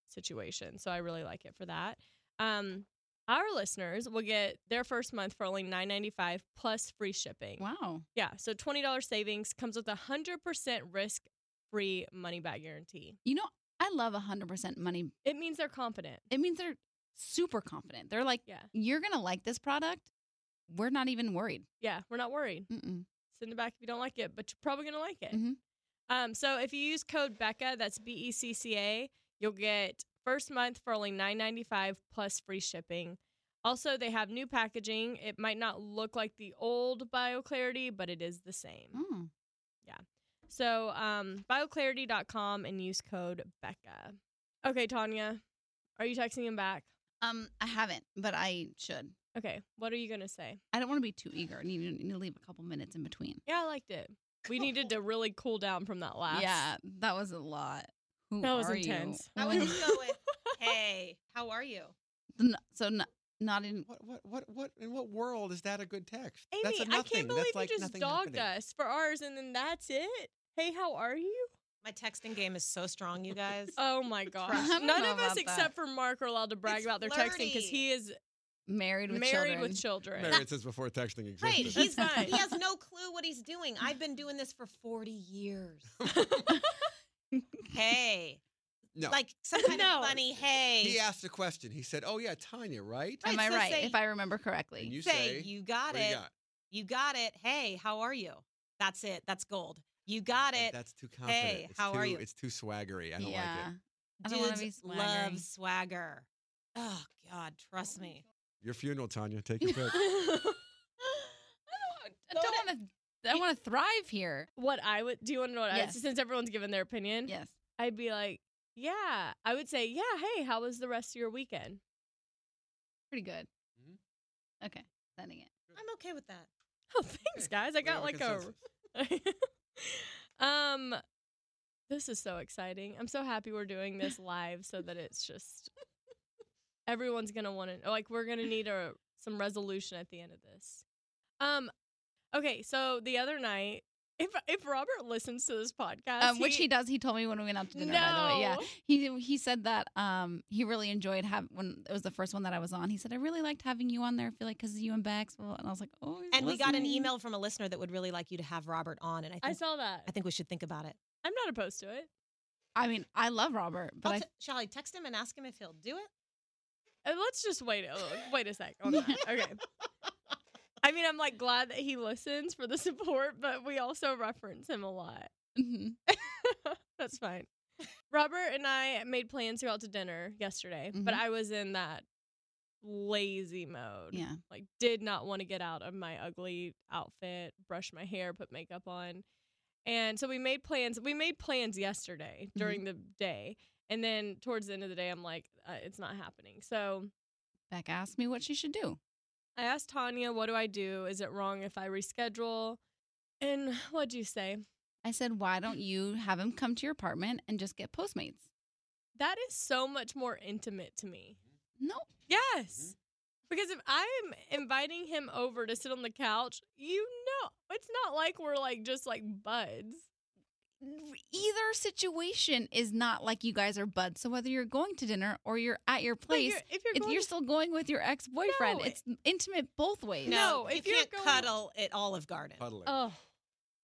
[SPEAKER 2] situation. So I really like it for that. Um, our listeners will get their first month for only nine ninety five plus free shipping.
[SPEAKER 3] Wow.
[SPEAKER 2] Yeah, so twenty dollars savings comes with a hundred percent risk free money back guarantee.
[SPEAKER 3] You know, I love 100% money.
[SPEAKER 2] It means they're confident.
[SPEAKER 3] It means they're super confident. They're like,
[SPEAKER 2] Yeah,
[SPEAKER 3] you're going to like this product. We're not even worried.
[SPEAKER 2] yeah, we're not worried.
[SPEAKER 3] Mm-mm.
[SPEAKER 2] Send it back if you don't like it, but you're probably gonna like it.
[SPEAKER 3] Mhm.
[SPEAKER 2] Um, so if you use code Becca, that's B E C C A, you'll get first month for only nine ninety five plus free shipping. Also, they have new packaging. It might not look like the old BioClarity, but it is the same.
[SPEAKER 3] Oh,
[SPEAKER 2] So, um, bioclarity.com and use code Becca. Okay, Tanya, are you texting him back?
[SPEAKER 3] Um, I haven't, but I should.
[SPEAKER 2] Okay, what are you gonna say?
[SPEAKER 3] I don't want to be too eager. I need, need to leave a couple minutes in between.
[SPEAKER 2] Yeah, I liked it. We needed to really cool down from that last.
[SPEAKER 3] Yeah, that was a lot. Who
[SPEAKER 2] That was
[SPEAKER 3] are
[SPEAKER 2] intense.
[SPEAKER 3] You?
[SPEAKER 4] I would just go with, hey, how are you?
[SPEAKER 3] N- so n- not in.
[SPEAKER 5] What, what, what, what, in what world is that a good text?
[SPEAKER 2] Amy,
[SPEAKER 5] That's a
[SPEAKER 2] I
[SPEAKER 5] nothing.
[SPEAKER 2] can't believe
[SPEAKER 5] That's like
[SPEAKER 2] you just
[SPEAKER 5] nothing
[SPEAKER 2] dogged
[SPEAKER 5] happening.
[SPEAKER 2] us for ours, and then that's it. Hey, how are you?
[SPEAKER 4] My texting game is so strong, you guys.
[SPEAKER 2] Oh my gosh!
[SPEAKER 3] I don't
[SPEAKER 2] None
[SPEAKER 3] know
[SPEAKER 2] of us
[SPEAKER 3] about
[SPEAKER 2] except for Mark are allowed to brag
[SPEAKER 4] It's
[SPEAKER 2] about their texting because
[SPEAKER 4] flirty.
[SPEAKER 2] he is
[SPEAKER 3] Married with
[SPEAKER 2] married
[SPEAKER 3] children.
[SPEAKER 2] with children.
[SPEAKER 5] Married since before texting existed.
[SPEAKER 4] Right, he's
[SPEAKER 2] fine.
[SPEAKER 4] he has no clue what he's doing. I've been doing this for 40 years. hey,
[SPEAKER 5] no.
[SPEAKER 4] like some kind
[SPEAKER 2] No.
[SPEAKER 4] of funny hey.
[SPEAKER 5] he asked a question. He said, "Oh yeah, Tanya, right?"
[SPEAKER 3] Am
[SPEAKER 4] Right,
[SPEAKER 3] I
[SPEAKER 4] so
[SPEAKER 3] right?
[SPEAKER 4] say-
[SPEAKER 3] If I remember correctly.
[SPEAKER 5] And you
[SPEAKER 4] say,
[SPEAKER 5] say,
[SPEAKER 4] you got
[SPEAKER 5] "What do
[SPEAKER 4] it.
[SPEAKER 5] you
[SPEAKER 4] You got? it. Hey, how are you? That's it. That's gold. You got
[SPEAKER 5] Like,
[SPEAKER 4] it.
[SPEAKER 5] That's too confident.
[SPEAKER 4] Hey,
[SPEAKER 5] it's
[SPEAKER 4] how
[SPEAKER 5] too,
[SPEAKER 4] are you?
[SPEAKER 5] It's too swaggery. I don't
[SPEAKER 3] yeah.
[SPEAKER 5] like it.
[SPEAKER 3] I don't wanna be
[SPEAKER 4] Dudes
[SPEAKER 3] swaggery.
[SPEAKER 4] love swagger. Oh God, trust me.
[SPEAKER 5] Your funeral, Tanya. Take your pick.
[SPEAKER 3] I don't want to. I want to thrive here.
[SPEAKER 2] what I would do you want to know what I
[SPEAKER 3] Yes.
[SPEAKER 2] would, since everyone's given their opinion?
[SPEAKER 3] Yes.
[SPEAKER 2] I'd be like, yeah. I would say, yeah, hey, how was the rest of your weekend?
[SPEAKER 3] Pretty good.
[SPEAKER 5] Mhm.
[SPEAKER 3] Okay, sending it.
[SPEAKER 4] I'm okay with that.
[SPEAKER 2] Oh, thanks,
[SPEAKER 5] Okay,
[SPEAKER 2] guys. I
[SPEAKER 5] we have
[SPEAKER 2] got like
[SPEAKER 5] consensus.
[SPEAKER 2] a. um, this is so exciting. I'm so happy we're doing this live so that it's just everyone's gonna want to like we're gonna need a some resolution at the end of this. Um, okay, so the other night, if if Robert listens to this podcast,
[SPEAKER 3] Um, which he does. He told me when we went out to dinner. By the way, yeah.
[SPEAKER 2] No.
[SPEAKER 3] He he said that um he really enjoyed having when it was the first one that I was on. He said I really liked having you on there. I feel like because you and Bex. Well, and I was like, oh. he's
[SPEAKER 4] And we got an
[SPEAKER 3] listening.
[SPEAKER 4] email from a listener that would really like you to have Robert on, and I
[SPEAKER 2] I
[SPEAKER 4] think I,
[SPEAKER 2] saw that.
[SPEAKER 4] think we should think about it.
[SPEAKER 2] I'm not opposed to it.
[SPEAKER 3] I mean, I love Robert, but
[SPEAKER 4] I'll
[SPEAKER 3] I
[SPEAKER 4] t- shall I text him and ask him if he'll do it?
[SPEAKER 2] Uh, Let's just wait. A, wait a sec. On that. Okay. I mean, I'm like glad that he listens for the support, but we also reference him a lot.
[SPEAKER 3] Mhm.
[SPEAKER 2] That's fine. Robert and I made plans to go out to dinner yesterday, but
[SPEAKER 3] Mhm.
[SPEAKER 2] I was in that lazy mode.
[SPEAKER 3] yeah.
[SPEAKER 2] Like, did not want to get out of my ugly outfit, brush my hair, put makeup on. And so we made plans. We made plans yesterday during the day. And then towards the end of the day, I'm like, uh, it's not happening. So
[SPEAKER 3] Beck asked me what she should do.
[SPEAKER 2] I asked Tanya, what do I do? Is it wrong if I reschedule? And what'd you say?
[SPEAKER 3] I said, why don't you have him come to your apartment and just get Postmates?
[SPEAKER 2] That is so much more intimate to me.
[SPEAKER 3] No.
[SPEAKER 2] Yes. Because if I'm inviting him over to sit on the couch, you know, it's not like we're like just like buds.
[SPEAKER 3] Either situation is not like you guys are buds. So whether you're going to dinner or you're at your
[SPEAKER 2] But
[SPEAKER 3] place,
[SPEAKER 2] you're- if you're
[SPEAKER 3] it-
[SPEAKER 2] going
[SPEAKER 3] you're
[SPEAKER 2] to-
[SPEAKER 3] still going with your ex boyfriend.
[SPEAKER 2] No,
[SPEAKER 3] it's intimate both ways.
[SPEAKER 2] No,
[SPEAKER 4] No, you
[SPEAKER 2] if you're
[SPEAKER 4] can't
[SPEAKER 2] going-
[SPEAKER 4] cuddle at Olive Garden.
[SPEAKER 5] Puddling.
[SPEAKER 2] oh,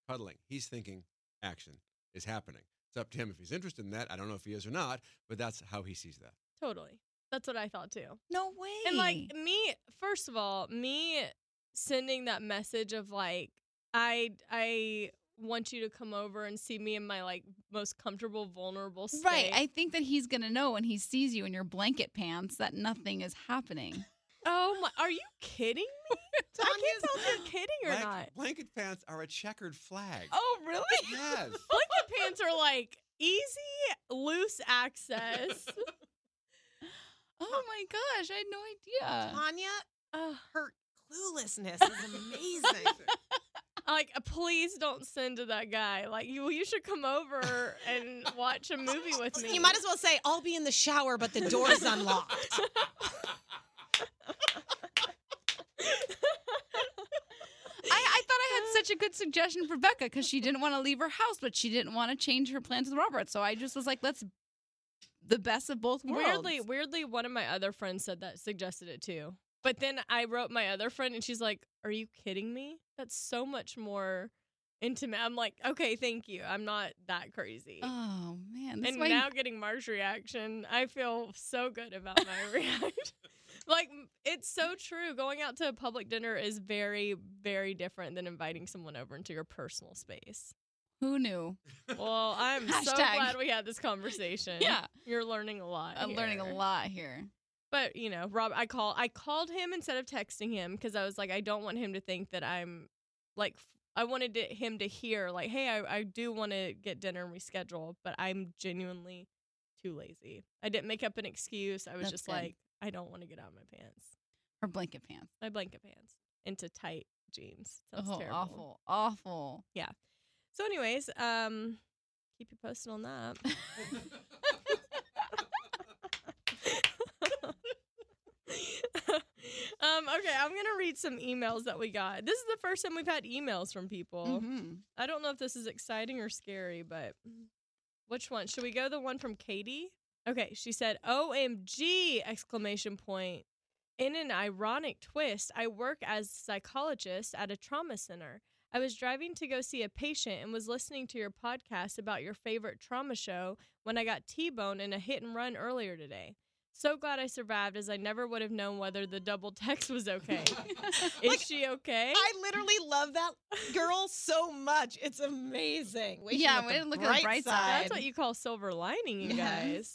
[SPEAKER 5] Puddling. He's thinking action is happening. It's up to him if he's interested in that. I don't know if he is or not, but that's how he sees that.
[SPEAKER 2] totally. That's what I thought too.
[SPEAKER 3] No way.
[SPEAKER 2] And like me, first of all, me sending that message of like, I I want you to come over and see me in my like most comfortable, vulnerable state.
[SPEAKER 3] Right. I think that he's going to know when he sees you in your blanket pants that nothing is happening.
[SPEAKER 2] oh my, are you kidding me? I can't tell if you're kidding or
[SPEAKER 5] Blank-
[SPEAKER 2] not.
[SPEAKER 5] Blanket pants are a checkered flag.
[SPEAKER 3] Oh, really?
[SPEAKER 5] Yes.
[SPEAKER 2] Blanket pants are like easy, loose access.
[SPEAKER 3] Oh my gosh. I had no idea.
[SPEAKER 4] Tanya,
[SPEAKER 2] Ugh.
[SPEAKER 4] her cluelessness is amazing.
[SPEAKER 2] like please don't send to that guy like you you should come over and watch a movie with me
[SPEAKER 4] you might as well say, I'll be in the shower, but the door's unlocked.
[SPEAKER 3] I, I thought I had such a good suggestion for Becca because she didn't want to leave her house, but she didn't want to change her plans with Robert. So I just was like, let's the best of both worlds.
[SPEAKER 2] weirdly weirdly one of my other friends said that suggested it too but then i wrote my other friend and she's like are you kidding me that's so much more intimate i'm like okay thank you i'm not that crazy
[SPEAKER 3] Oh man. This
[SPEAKER 2] and
[SPEAKER 3] why-
[SPEAKER 2] now getting Mark's reaction, I feel so good about my reaction. like it's so true. Going out to a public dinner is very, very different than inviting someone over into your personal space.
[SPEAKER 3] who knew?
[SPEAKER 2] Well, I'm so
[SPEAKER 3] Hashtag.
[SPEAKER 2] glad we had this conversation. you're learning a lot.
[SPEAKER 3] I'm learning a
[SPEAKER 2] here.
[SPEAKER 3] lot here.
[SPEAKER 2] But you know, Rob, I call I called him instead of texting him because I was like, I don't want him to think that I'm like f- I wanted to, him to hear like, hey, I, I do want to get dinner and reschedule, but I'm genuinely too lazy. I didn't make up an excuse. I was
[SPEAKER 3] That's
[SPEAKER 2] just
[SPEAKER 3] good.
[SPEAKER 2] like, I don't want to get out of my pants,
[SPEAKER 3] Her blanket pants.
[SPEAKER 2] my blanket pants, into tight jeans. Sounds
[SPEAKER 3] Oh,
[SPEAKER 2] terrible.
[SPEAKER 3] awful, awful.
[SPEAKER 2] So, anyways, um, keep you posted on that. um, okay, I'm gonna read some emails that we got. This is the first time we've had emails from people.
[SPEAKER 3] Mhm.
[SPEAKER 2] I don't know if this is exciting or scary, but which one? Should we go the one from Katie? Okay, she said, "OMG!" exclamation point. In an ironic twist, I work as psychologist at a trauma center. I was driving to go see a patient and was listening to your podcast about your favorite trauma show when I got T-boned in a hit and run earlier today. So glad I survived as I never would have known whether the double text was okay. Is
[SPEAKER 4] Like,
[SPEAKER 2] she okay?
[SPEAKER 4] I literally love that girl so much. It's amazing. Waking
[SPEAKER 3] Yeah,
[SPEAKER 4] up
[SPEAKER 3] we didn't look at the bright side.
[SPEAKER 2] That's what you call silver lining, you
[SPEAKER 4] Yes.
[SPEAKER 2] guys.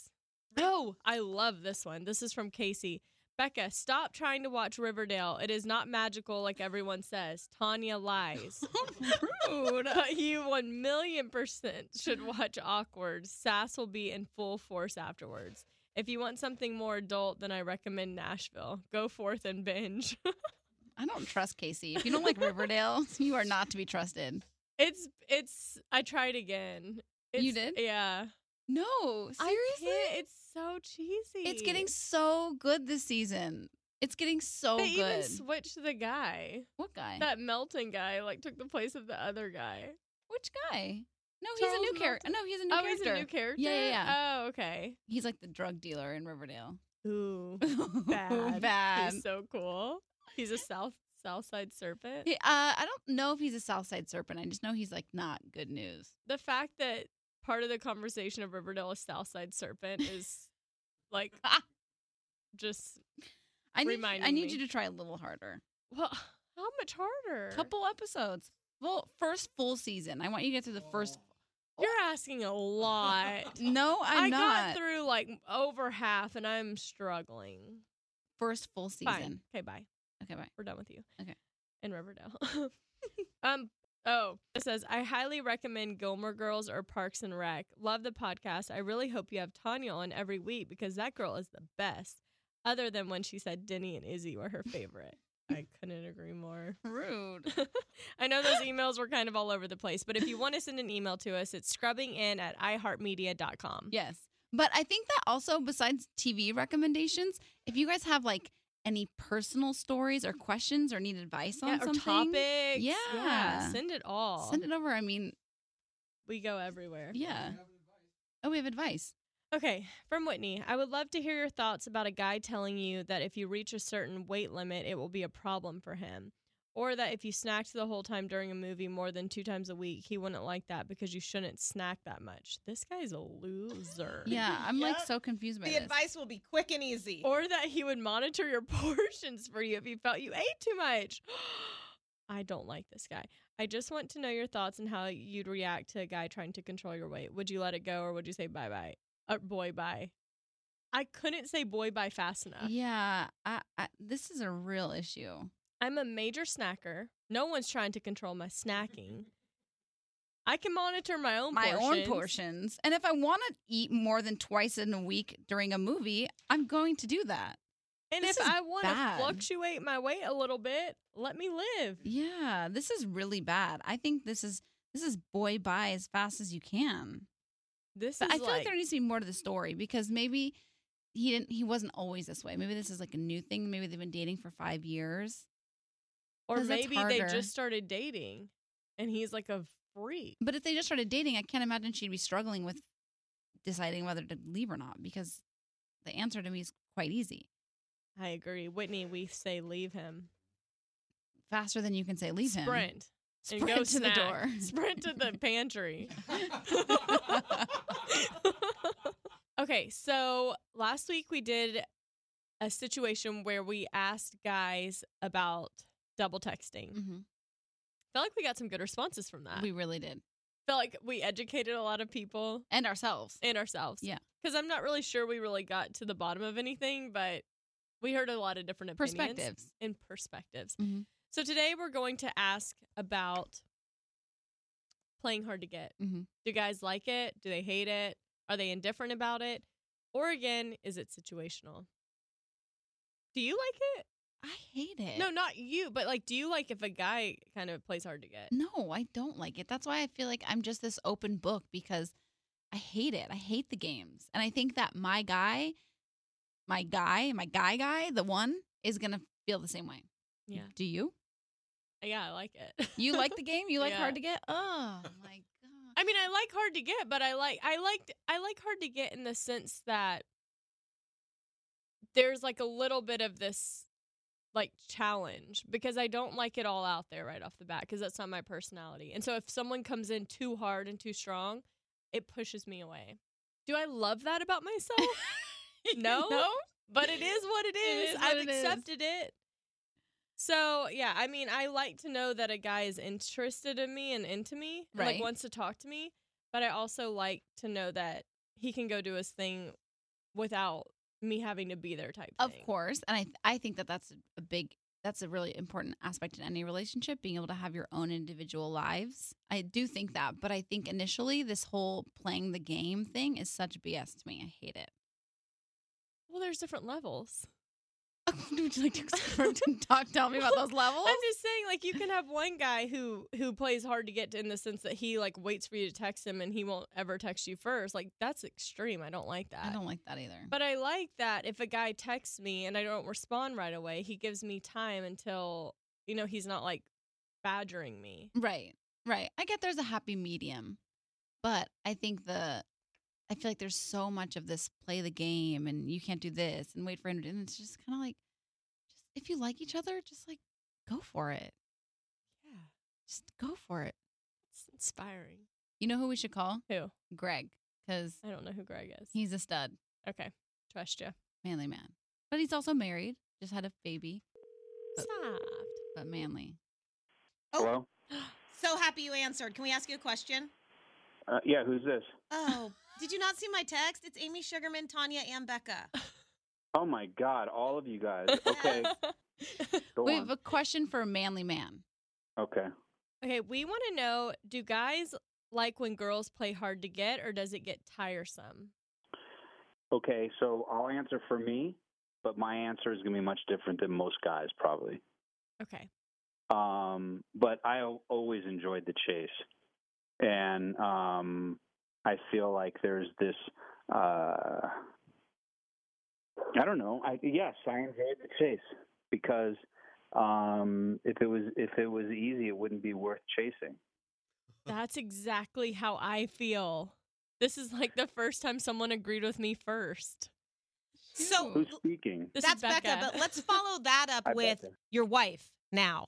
[SPEAKER 2] Oh, I love this one. This is from Casey. Becca, stop trying to watch Riverdale. It is not magical like everyone says. Tanya lies. Rude. But you 1 million percent should watch Awkward. Sass will be in full force afterwards. If you want something more adult, then I recommend Nashville. Go forth and binge.
[SPEAKER 3] I don't trust Casey. If you don't like Riverdale, you are not to be trusted.
[SPEAKER 2] It's, it's, I tried again. It's,
[SPEAKER 3] You did?
[SPEAKER 2] Yeah.
[SPEAKER 3] No,
[SPEAKER 2] I
[SPEAKER 3] seriously.
[SPEAKER 2] can't. It's so cheesy.
[SPEAKER 3] It's getting so good this season. It's getting so
[SPEAKER 2] they
[SPEAKER 3] Oh, good. Eh.
[SPEAKER 2] even switched the guy.
[SPEAKER 3] what guy?
[SPEAKER 2] That Melton guy like took the place of the other guy.
[SPEAKER 3] Which guy? No,
[SPEAKER 2] Charles
[SPEAKER 3] he's a new character.
[SPEAKER 2] Melton.
[SPEAKER 3] No, he's a new
[SPEAKER 2] oh,
[SPEAKER 3] character.
[SPEAKER 2] he's a new character.
[SPEAKER 3] Yeah, yeah, yeah.
[SPEAKER 2] Oh, okay.
[SPEAKER 3] He's like the drug dealer in Riverdale.
[SPEAKER 2] Ooh,
[SPEAKER 3] Bad.
[SPEAKER 2] Bad.
[SPEAKER 3] Bad.
[SPEAKER 2] he's so cool. He's a south south side serpent.
[SPEAKER 3] He- uh, I don't know if he's a Southside Serpent. I just know he's like not good news.
[SPEAKER 2] The fact that part of the conversation of Riverdale is south side serpent is like just
[SPEAKER 3] I need,
[SPEAKER 2] Reminding
[SPEAKER 3] I need
[SPEAKER 2] me.
[SPEAKER 3] you to try a little harder.
[SPEAKER 2] well, how much harder?
[SPEAKER 3] Couple episodes. Full first full season. I want you to get through the first.
[SPEAKER 2] You're asking a lot.
[SPEAKER 3] No,
[SPEAKER 2] Oh,
[SPEAKER 3] I'm
[SPEAKER 2] I
[SPEAKER 3] not.
[SPEAKER 2] got through like over half, and I'm struggling.
[SPEAKER 3] first full season.
[SPEAKER 2] Fine. Okay, bye.
[SPEAKER 3] Okay, bye.
[SPEAKER 2] We're done with you.
[SPEAKER 3] Okay.
[SPEAKER 2] In Riverdale. um. Oh, it says I highly recommend Gilmore Girls or Parks and Rec. Love the podcast. I really hope you have Tanya on every week because that girl is the best. Other than when she said Denny and Izzy were her favorite. I couldn't agree more.
[SPEAKER 3] Rude.
[SPEAKER 2] I know those emails were kind of all over the place, but if you want to send an email to us, it's scrubbingin at iheartmedia.com.
[SPEAKER 3] Yes. But I think that also, besides TV recommendations, if you guys have like any personal stories or questions or need advice on
[SPEAKER 2] Yeah, or
[SPEAKER 3] something,
[SPEAKER 2] topics.
[SPEAKER 3] Yeah.
[SPEAKER 2] Send it all.
[SPEAKER 3] send it over. I mean,
[SPEAKER 2] we go everywhere.
[SPEAKER 3] yeah. Oh, we have advice.
[SPEAKER 2] Okay, from Whitney. I would love to hear your thoughts about a guy telling you that if you reach a certain weight limit, it will be a problem for him. Or that if you snacked the whole time during a movie more than two times a week, he wouldn't like that because you shouldn't snack that much. This guy's a loser.
[SPEAKER 3] Yeah, I'm like
[SPEAKER 4] Yep.
[SPEAKER 3] so confused by
[SPEAKER 4] The
[SPEAKER 3] this.
[SPEAKER 4] advice will be quick and easy.
[SPEAKER 2] Or that he would monitor your portions for you if you felt you ate too much. I don't like this guy. I just want to know your thoughts and how you'd react to a guy trying to control your weight. Would you let it go or would you say bye bye? Uh, boy bye. I couldn't say boy bye fast enough.
[SPEAKER 3] Yeah, I, I, this is a real issue.
[SPEAKER 2] I'm a major snacker. No one's trying to control my snacking. I can monitor my own
[SPEAKER 3] My own
[SPEAKER 2] portions.
[SPEAKER 3] portions, and if I want to eat more than twice in a week during a movie, I'm going to do that.
[SPEAKER 2] And
[SPEAKER 3] This
[SPEAKER 2] if
[SPEAKER 3] is
[SPEAKER 2] I want to
[SPEAKER 3] bad.
[SPEAKER 2] fluctuate my weight a little bit, let me live.
[SPEAKER 3] Yeah, this is really bad. I think this is this is boy buy as fast as you can.
[SPEAKER 2] This
[SPEAKER 3] But
[SPEAKER 2] is
[SPEAKER 3] I feel like, there needs to be more to the story because maybe he didn't. He wasn't always this way. Maybe this is like a new thing. Maybe they've been dating for five years.
[SPEAKER 2] Or
[SPEAKER 3] 'Cause that's
[SPEAKER 2] maybe they
[SPEAKER 3] harder.
[SPEAKER 2] just started dating and he's like a freak.
[SPEAKER 3] But if they just started dating, I can't imagine she'd be struggling with deciding whether to leave or not because the answer to me is quite easy.
[SPEAKER 2] I agree. Whitney, we say leave him.
[SPEAKER 3] Faster than you can say leave him.
[SPEAKER 2] Sprint.
[SPEAKER 3] Sprint
[SPEAKER 2] and go
[SPEAKER 3] to
[SPEAKER 2] snack.
[SPEAKER 3] the door.
[SPEAKER 2] Sprint to the pantry. okay, so last week we did a situation where we asked guys about double texting.
[SPEAKER 3] Mhm.
[SPEAKER 2] Felt like we got some good responses from that.
[SPEAKER 3] We really did,
[SPEAKER 2] felt like we educated a lot of people
[SPEAKER 3] and ourselves.
[SPEAKER 2] and ourselves.
[SPEAKER 3] Yeah.
[SPEAKER 2] Because I'm not really sure we really got to the bottom of anything, but we heard a lot of different opinions
[SPEAKER 3] Perspectives.
[SPEAKER 2] and perspectives.
[SPEAKER 3] Mhm.
[SPEAKER 2] So today we're going to ask about playing hard to get.
[SPEAKER 3] Mhm.
[SPEAKER 2] Do guys like it? Do they hate it? Are they indifferent about it? Or again, is it situational? Do you like it?
[SPEAKER 3] I hate it.
[SPEAKER 2] No, not you, but like, do you like if a guy kind of plays hard to get?
[SPEAKER 3] no, I don't like it. That's why I feel like I'm just this open book because I hate it. I hate the games. And I think that my guy, my guy, my guy guy, the one is going to feel the same way.
[SPEAKER 2] Yeah.
[SPEAKER 3] Do you?
[SPEAKER 2] Yeah, I like it.
[SPEAKER 3] You like the game? You like
[SPEAKER 2] Yeah.
[SPEAKER 3] hard to get? Oh my god.
[SPEAKER 2] I mean, I like hard to get, but I like I liked I like hard to get in the sense that there's like a little bit of this like challenge because I don't like it all out there right off the bat because that's not my personality. And so if someone comes in too hard and too strong, it pushes me away. Do I love that about myself? No. but it is what it
[SPEAKER 3] It
[SPEAKER 2] is.
[SPEAKER 3] is
[SPEAKER 2] I've
[SPEAKER 3] what it is.
[SPEAKER 2] accepted it. So yeah, I mean, I like to know that a guy is interested in me and into me, and,
[SPEAKER 3] Right.
[SPEAKER 2] like wants to talk to me. But I also like to know that he can go do his thing without me having to be there. Type
[SPEAKER 3] Of
[SPEAKER 2] thing.
[SPEAKER 3] course. And I th- I think that that's a big that's a really important aspect in any relationship being able to have your own individual lives. I do think that, but I think initially this whole playing the game thing is such BS to me. I hate it.
[SPEAKER 2] Well, there's different levels.
[SPEAKER 3] Would you like to talk tell me about those levels?
[SPEAKER 2] I'm just saying, like you can have one guy who who plays hard to get to in the sense that he like waits for you to text him and he won't ever text you first. Like that's extreme. I don't like that.
[SPEAKER 3] I don't like that either.
[SPEAKER 2] But I like that if a guy texts me and I don't respond right away, he gives me time until, you know, he's not like badgering me.
[SPEAKER 3] Right, right. I get there's a happy medium, but I think the I feel like there's so much of this play the game and you can't do this and wait for him to- and it's just kind of like just if you like each other, just like go for it.
[SPEAKER 2] Yeah.
[SPEAKER 3] Just go for it.
[SPEAKER 2] It's inspiring.
[SPEAKER 3] You know who we should call?
[SPEAKER 2] Who?
[SPEAKER 3] Greg, because
[SPEAKER 2] I don't know who Greg is.
[SPEAKER 3] he's a stud,
[SPEAKER 2] Okay. Trust you.
[SPEAKER 3] manly man. But he's also married, just had a baby,
[SPEAKER 2] Soft.
[SPEAKER 3] but manly.
[SPEAKER 6] Hello?
[SPEAKER 4] So happy you answered. Can we ask you a question?
[SPEAKER 6] Uh, yeah, who's this?
[SPEAKER 4] Oh, did you not see my text? It's Amy Sugarman, Tanya, and Becca.
[SPEAKER 6] Oh my God, all of you guys. Okay, go
[SPEAKER 3] we
[SPEAKER 6] on.
[SPEAKER 3] have a question for a manly man.
[SPEAKER 6] Okay.
[SPEAKER 2] okay. We want to know do guys like when girls play hard to get or does it get tiresome?
[SPEAKER 6] Okay, so I'll answer for me. but my answer is going to be much different than most guys probably.
[SPEAKER 2] Okay.
[SPEAKER 6] Um, but I al- always enjoyed the chase, and um, I feel like there's this. Uh, I don't know. I, yes, I enjoyed the chase because um, if it was if it was easy, it wouldn't be worth chasing.
[SPEAKER 2] That's exactly how I feel. This is like the first time someone agreed with me first.
[SPEAKER 4] So
[SPEAKER 6] Who's speaking?
[SPEAKER 2] This
[SPEAKER 4] that's
[SPEAKER 2] is
[SPEAKER 4] Becca.
[SPEAKER 2] Becca.
[SPEAKER 4] but let's follow that
[SPEAKER 6] I
[SPEAKER 4] up
[SPEAKER 6] bet
[SPEAKER 4] with
[SPEAKER 6] that-
[SPEAKER 4] your wife now.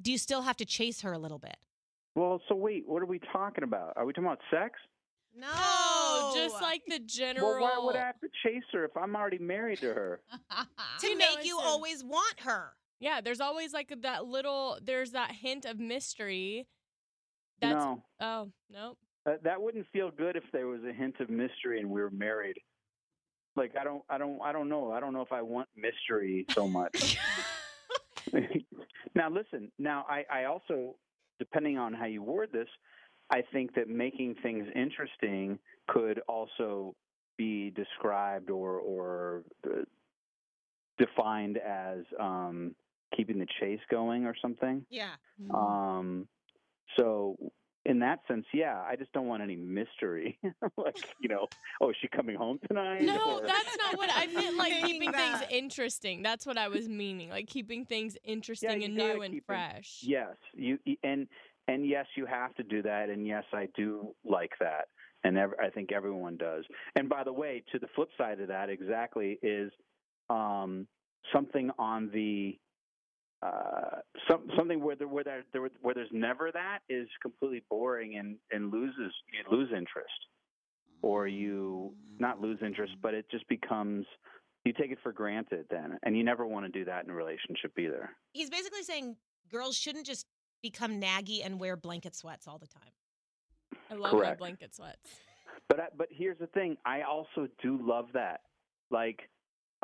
[SPEAKER 4] Do you still have to chase her a little bit?
[SPEAKER 6] Well, so wait, what are we talking about? Are we talking about sex?
[SPEAKER 4] No,
[SPEAKER 2] no, just like the general.
[SPEAKER 6] Oh! Well, why would I have to chase her if I'm already married to her?
[SPEAKER 4] to
[SPEAKER 2] You know,
[SPEAKER 4] make
[SPEAKER 2] it's
[SPEAKER 4] you
[SPEAKER 2] a-
[SPEAKER 4] always want her.
[SPEAKER 2] yeah, there's always like that little. There's that hint of mystery. That's
[SPEAKER 6] no,
[SPEAKER 2] oh no.
[SPEAKER 6] that, Uh, that wouldn't feel good if there was a hint of mystery and we were married. Like I don't, I don't, I don't know. I don't know if I want mystery so much. now listen. Now I, I also, depending on how you word this, I think that making things interesting could also be described or or uh, defined as um, keeping the chase going or something.
[SPEAKER 4] Yeah.
[SPEAKER 6] Um, so in that sense, yeah, I just don't want any mystery. like, you know, oh, is she coming home tonight?
[SPEAKER 2] No,
[SPEAKER 6] Or-
[SPEAKER 2] that's not what I meant. Like
[SPEAKER 4] Meaning
[SPEAKER 2] keeping
[SPEAKER 4] that.
[SPEAKER 2] things interesting. That's what I was meaning. Like keeping things interesting
[SPEAKER 6] you
[SPEAKER 2] and
[SPEAKER 6] gotta
[SPEAKER 2] new and
[SPEAKER 6] keep it-
[SPEAKER 2] fresh.
[SPEAKER 6] Yes, you y- and and yes, you have to do that, and yes, I do like that, and ev- I think everyone does. And by the way, to the flip side of that, exactly is um, something on the uh, some something where there where there, there where there's never that is completely boring and and loses you lose interest, or you not lose interest, but it just becomes. You take it for granted then, and you never want to do that in a relationship either.
[SPEAKER 4] He's basically saying girls shouldn't just become naggy and wear blanket sweats all the time.
[SPEAKER 2] I love my
[SPEAKER 6] Correct.
[SPEAKER 2] blanket sweats.
[SPEAKER 6] But I, but here's the thing. I also do love that. Like,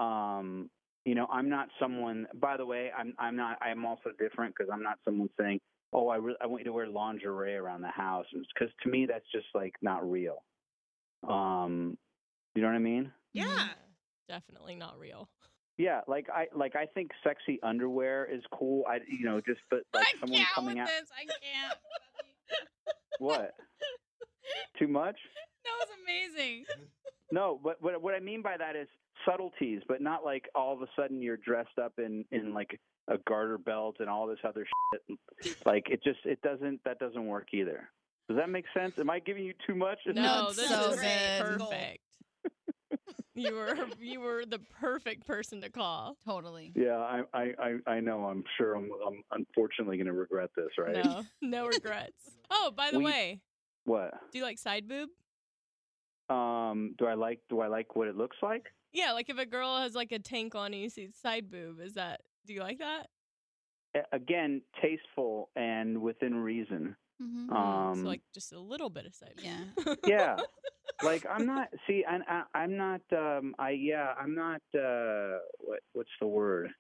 [SPEAKER 6] um, you know, I'm not someone. By the way, I'm I'm not. I'm also different because I'm not someone saying, "Oh, I really, I want you to wear lingerie around the house," because to me that's just like not real. Um, you know what I mean?
[SPEAKER 4] Yeah.
[SPEAKER 6] Mm-hmm.
[SPEAKER 2] Mm-hmm. Definitely not real.
[SPEAKER 6] Yeah, like I like I think sexy underwear is cool. I you know just but like someone coming out.
[SPEAKER 3] this. I can't.
[SPEAKER 6] What? Too much?
[SPEAKER 3] That was amazing.
[SPEAKER 6] No, but what what I mean by that is subtleties, but not like all of a sudden you're dressed up in in like a garter belt and all this other shit. Like it just it doesn't that doesn't work either. Does that make sense? Am I giving you too much?
[SPEAKER 2] No,
[SPEAKER 3] it's
[SPEAKER 2] this
[SPEAKER 3] so
[SPEAKER 2] is
[SPEAKER 3] good.
[SPEAKER 2] perfect. you were you were the perfect person to call.
[SPEAKER 3] Totally.
[SPEAKER 6] Yeah, I I I, I know. I'm sure. I'm, I'm unfortunately going to regret this, right?
[SPEAKER 2] No, no regrets. Oh, by the
[SPEAKER 6] We-
[SPEAKER 2] way,
[SPEAKER 6] What?
[SPEAKER 2] do you like side boob?
[SPEAKER 6] Um. Do I like Do I like what it looks like?
[SPEAKER 2] Yeah, like if a girl has like a tank on and you see side boob, is that do you like that?
[SPEAKER 6] A- Again, tasteful and within reason.
[SPEAKER 3] Mm-hmm.
[SPEAKER 2] Mm,
[SPEAKER 6] Um.
[SPEAKER 2] so like just a little bit of side boob.
[SPEAKER 3] Yeah.
[SPEAKER 6] yeah like i'm not see I, I i'm not um i yeah i'm not uh what what's the word